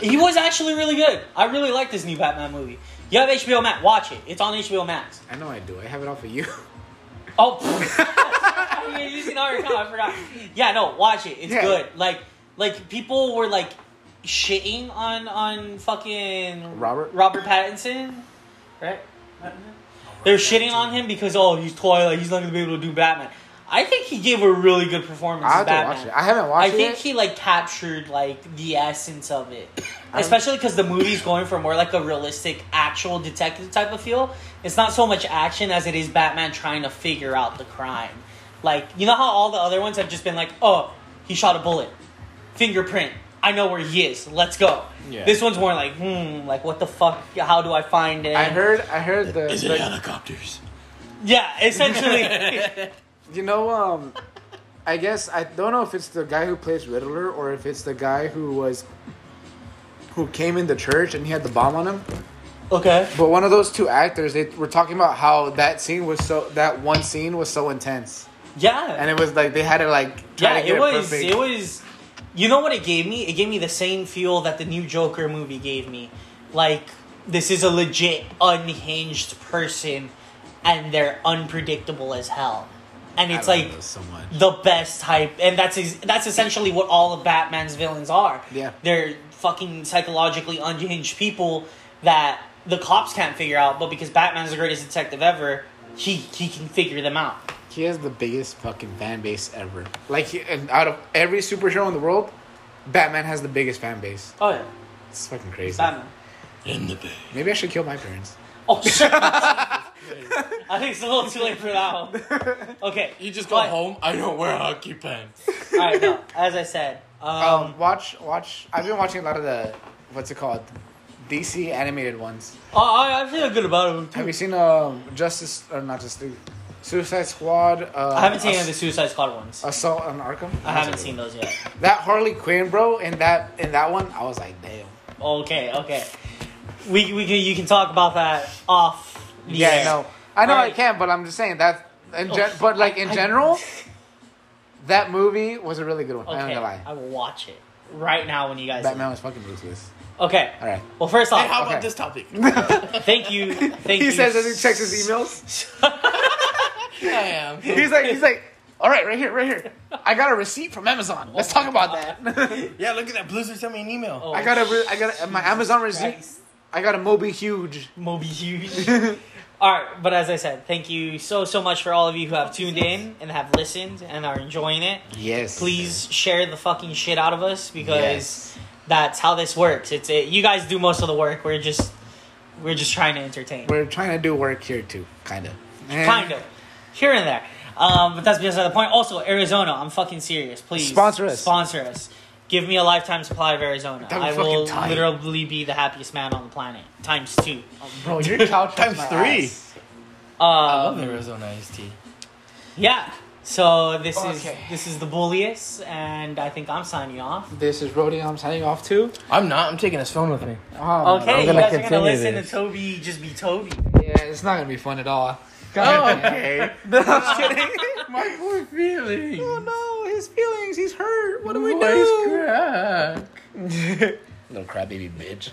He was actually really good. I really like this new Batman movie. You have HBO Max. Watch it. It's on HBO Max. I know I do. I have it off of you. Oh, pfft. you're using our account. I forgot. Yeah, no, watch it. It's Yeah. good. Like, like people were like shitting on on fucking Robert? Robert Pattinson, right? They're shitting on him because oh he's Twilight. He's not gonna be able to do Batman. I think he gave a really good performance. I as have to Batman. watch it. I haven't watched I think it. he like captured like the essence of it, I'm- especially because the movie's going for more like a realistic, actual detective type of feel. It's not so much action as it is Batman trying to figure out the crime. Like you know how all the other ones have just been like, oh, he shot a bullet, fingerprint. I know where he is. Let's go. Yeah. This one's more like, hmm, like what the fuck? How do I find it? I heard. I heard the. the- helicopters? Yeah, essentially. You know, um, I guess I don't know if it's the guy who plays Riddler or if it's the guy who was who came in the church and he had the bomb on him. okay. But one of those two actors, they were talking about how that scene was so that one scene was so intense, Yeah. and it was like they had to like try yeah, to get it it, was. perfect. It was. You know what it gave me? It gave me the same feel that the new Joker movie gave me. Like this is a legit unhinged person, and they're unpredictable as hell. And it's like so much. the best type, and that's ex- that's essentially what all of Batman's villains are. Yeah. they're fucking psychologically unhinged people that the cops can't figure out, but because Batman's the greatest detective ever, he he can figure them out. he He has the biggest fucking fan base ever. Like, he, and out of every superhero in the world, Batman has the biggest fan base. Oh yeah, It's fucking crazy. Batman. In the bay. Maybe I should kill my parents. Oh shit! I think it's a little too late for that one. Okay, You just go but- home. I don't wear hockey pants. All right, no. As I said, um, Um, watch, watch. I've been watching a lot of the what's it called, DC animated ones. oh, I, I feel good about him. Have you seen um Justice or not Justice League, Suicide Squad? Uh, I haven't seen any Ass- of the Suicide Squad ones. Assault on Arkham. I haven't seen those yet. that Harley Quinn, bro. In that in that one, I was like, damn. Okay, okay. We we can you can talk about that off. The Yeah, air. I know. I know I Alright. can, but I'm just saying that. In gen- Oh, but like in I- general, that movie was a really good one. I don't Okay, gonna lie. I, will watch it right now when you guys. Batman was fucking ruthless. Okay. All right. Well, first Hey, how off, Okay. about this topic? thank you. Thank he you. says as he checks his emails. Yeah, I am. He's like, he's like, all right, right here, right here. I got a receipt from Amazon. Let's talk about that. Yeah, look at that. Blizzard sent me an email. Oh, I got a, re- I got a, my Amazon receipt. Christ. I got a Moby huge. Moby huge. all right, but as I said, thank you so so much for all of you who have tuned in and have listened and are enjoying it. Yes. Please share the fucking shit out of us because Yes. that's how this works. It's it. You guys do most of the work. We're just we're just trying to entertain. We're trying to do work here too, kind of. kind of here and there um, but that's beside the point also arizona i'm fucking serious please Sponsor us. sponsor us give me a lifetime supply of arizona That'd be i fucking will tight. literally be the happiest man on the planet times two Bro, your couch Times my three. ass. I uh, love the Arizona iced tea. yeah so this is Okay. this is the bulliest and i think i'm signing off This is Rodeo. I'm signing off too. I'm not. I'm taking his phone with me. Oh, okay I'm you gonna guys are gonna continue listen this. to toby just be toby Yeah, it's not gonna be fun at all. okay. No, I'm kidding. My poor feelings. Oh no, his feelings. He's hurt. What do we Voice do? crack. Little crybaby bitch.